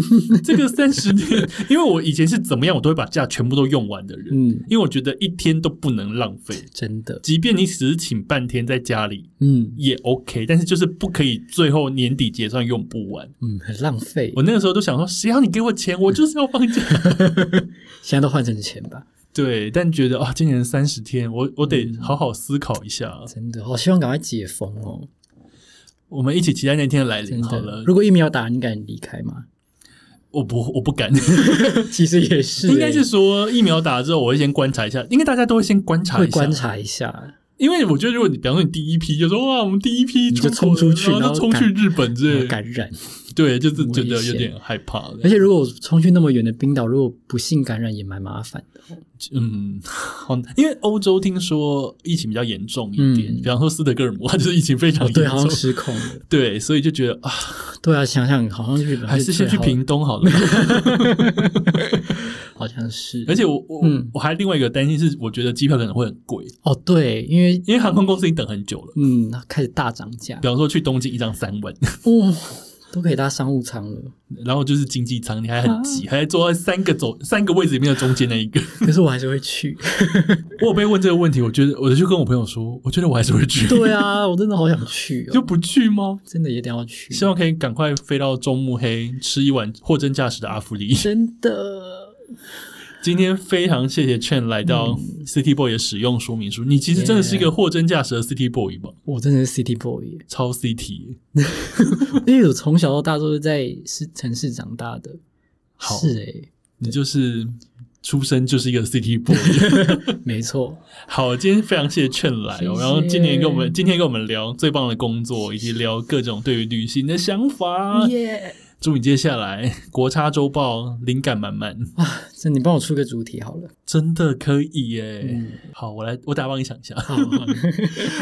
Speaker 1: 这个三十天，因为我以前是怎么样，我都会把假全部都用完的人，
Speaker 2: 嗯，
Speaker 1: 因为我觉得一天都不能浪费。
Speaker 2: 真的，
Speaker 1: 即便你只是请半天在家里
Speaker 2: 嗯
Speaker 1: 也 OK，但是就是不可以最后年底结算用不完。
Speaker 2: 嗯，很浪费
Speaker 1: 我。那个时候都想说，谁要你给我钱，我就是要放假。
Speaker 2: 现在都换成钱吧，
Speaker 1: 对，但觉得啊、今年三十天，我我得
Speaker 2: 嗯
Speaker 1: 好好思考一下。
Speaker 2: 真的，好希望赶快解封哦，
Speaker 1: 我们一起期待那天的来
Speaker 2: 真
Speaker 1: 临好
Speaker 2: 的
Speaker 1: 了。。
Speaker 2: 如果疫苗打，你敢离开 吗？
Speaker 1: 我不，我不敢。
Speaker 2: 其实也是 欸，
Speaker 1: 应该是说疫苗打了之后，我会先观察一下，应该大家都会先观察
Speaker 2: 会
Speaker 1: 一下
Speaker 2: 观，察一下，
Speaker 1: 因为我觉得如果你比方说你第一批就说哇，我们第一批
Speaker 2: 你就
Speaker 1: 出国
Speaker 2: 冲出去
Speaker 1: 了然后就
Speaker 2: 然后
Speaker 1: 冲去日本之类
Speaker 2: 有
Speaker 1: 的，
Speaker 2: 感染。
Speaker 1: 对，就是觉得
Speaker 2: 危
Speaker 1: 有
Speaker 2: 险
Speaker 1: 点害怕的。
Speaker 2: 而且如果我冲去那么远的冰岛，如果不幸感染也蛮麻烦的。
Speaker 1: 嗯，好，因为欧洲听说疫情比较严重一点，
Speaker 2: 嗯
Speaker 1: 比方说斯德哥尔摩，它 就是疫情非常
Speaker 2: 哦，
Speaker 1: 严
Speaker 2: 对，
Speaker 1: 重，
Speaker 2: 好像失控 了。
Speaker 1: 对，所以就觉得啊，
Speaker 2: 对啊，想想好像日本
Speaker 1: 还是先去
Speaker 2: 最好
Speaker 1: 屏东好 了。
Speaker 2: 的，好像是。
Speaker 1: 而且我我、
Speaker 2: 嗯
Speaker 1: 我还另外一个担心是，我觉得机票可能会很贵，
Speaker 2: 哦，对，因为
Speaker 1: 因为航空公司已经等很久了，
Speaker 2: 嗯，它开始大涨价
Speaker 1: 比，方说去东京一张三万。
Speaker 2: 哦，都可以搭商务舱了。
Speaker 1: 然后就是经济舱，你还很
Speaker 2: 啊
Speaker 1: 挤，还坐在三个走三个位置里面的中间那一个。
Speaker 2: 可是我还是会去。
Speaker 1: 我有被问这个问题，我觉得我就跟我朋友说，我觉得我还是会去，
Speaker 2: 对啊，我真的好想去
Speaker 1: 就
Speaker 2: 哦，
Speaker 1: 不去吗？
Speaker 2: 真的一定要去。
Speaker 1: 希望可以赶快飞到中目黑吃一碗货真价实的阿芙丽。
Speaker 2: 真的，
Speaker 1: 今天非常谢谢 Chen 来到
Speaker 2: 嗯
Speaker 1: City Boy 的使用说明书，你其实真的是一个货真价实的 City Boy 吧？
Speaker 2: 我真的是 City Boy，耶
Speaker 1: 超 City，
Speaker 2: 因为我从小到大都是在市城市长大的。
Speaker 1: 好
Speaker 2: 是欸诶、
Speaker 1: 你就是出生就是一个 City Boy。
Speaker 2: 没错。
Speaker 1: 好，今天非常谢谢劝来
Speaker 2: 谢
Speaker 1: 哦，
Speaker 2: 谢
Speaker 1: 然后今年跟我们今天跟我们聊最棒的工作，以及聊各种对于旅行的想法。
Speaker 2: 耶、
Speaker 1: 祝你接下来 国差周报灵感满满，
Speaker 2: 啊，这你帮我出个主题好了。
Speaker 1: 真的可以耶
Speaker 2: 嗯！
Speaker 1: 好，我来，我打帮你想一下。
Speaker 2: 好，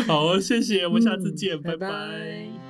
Speaker 1: 好，谢谢，我们下次见，拜
Speaker 2: 嗯拜
Speaker 1: 拜
Speaker 2: 拜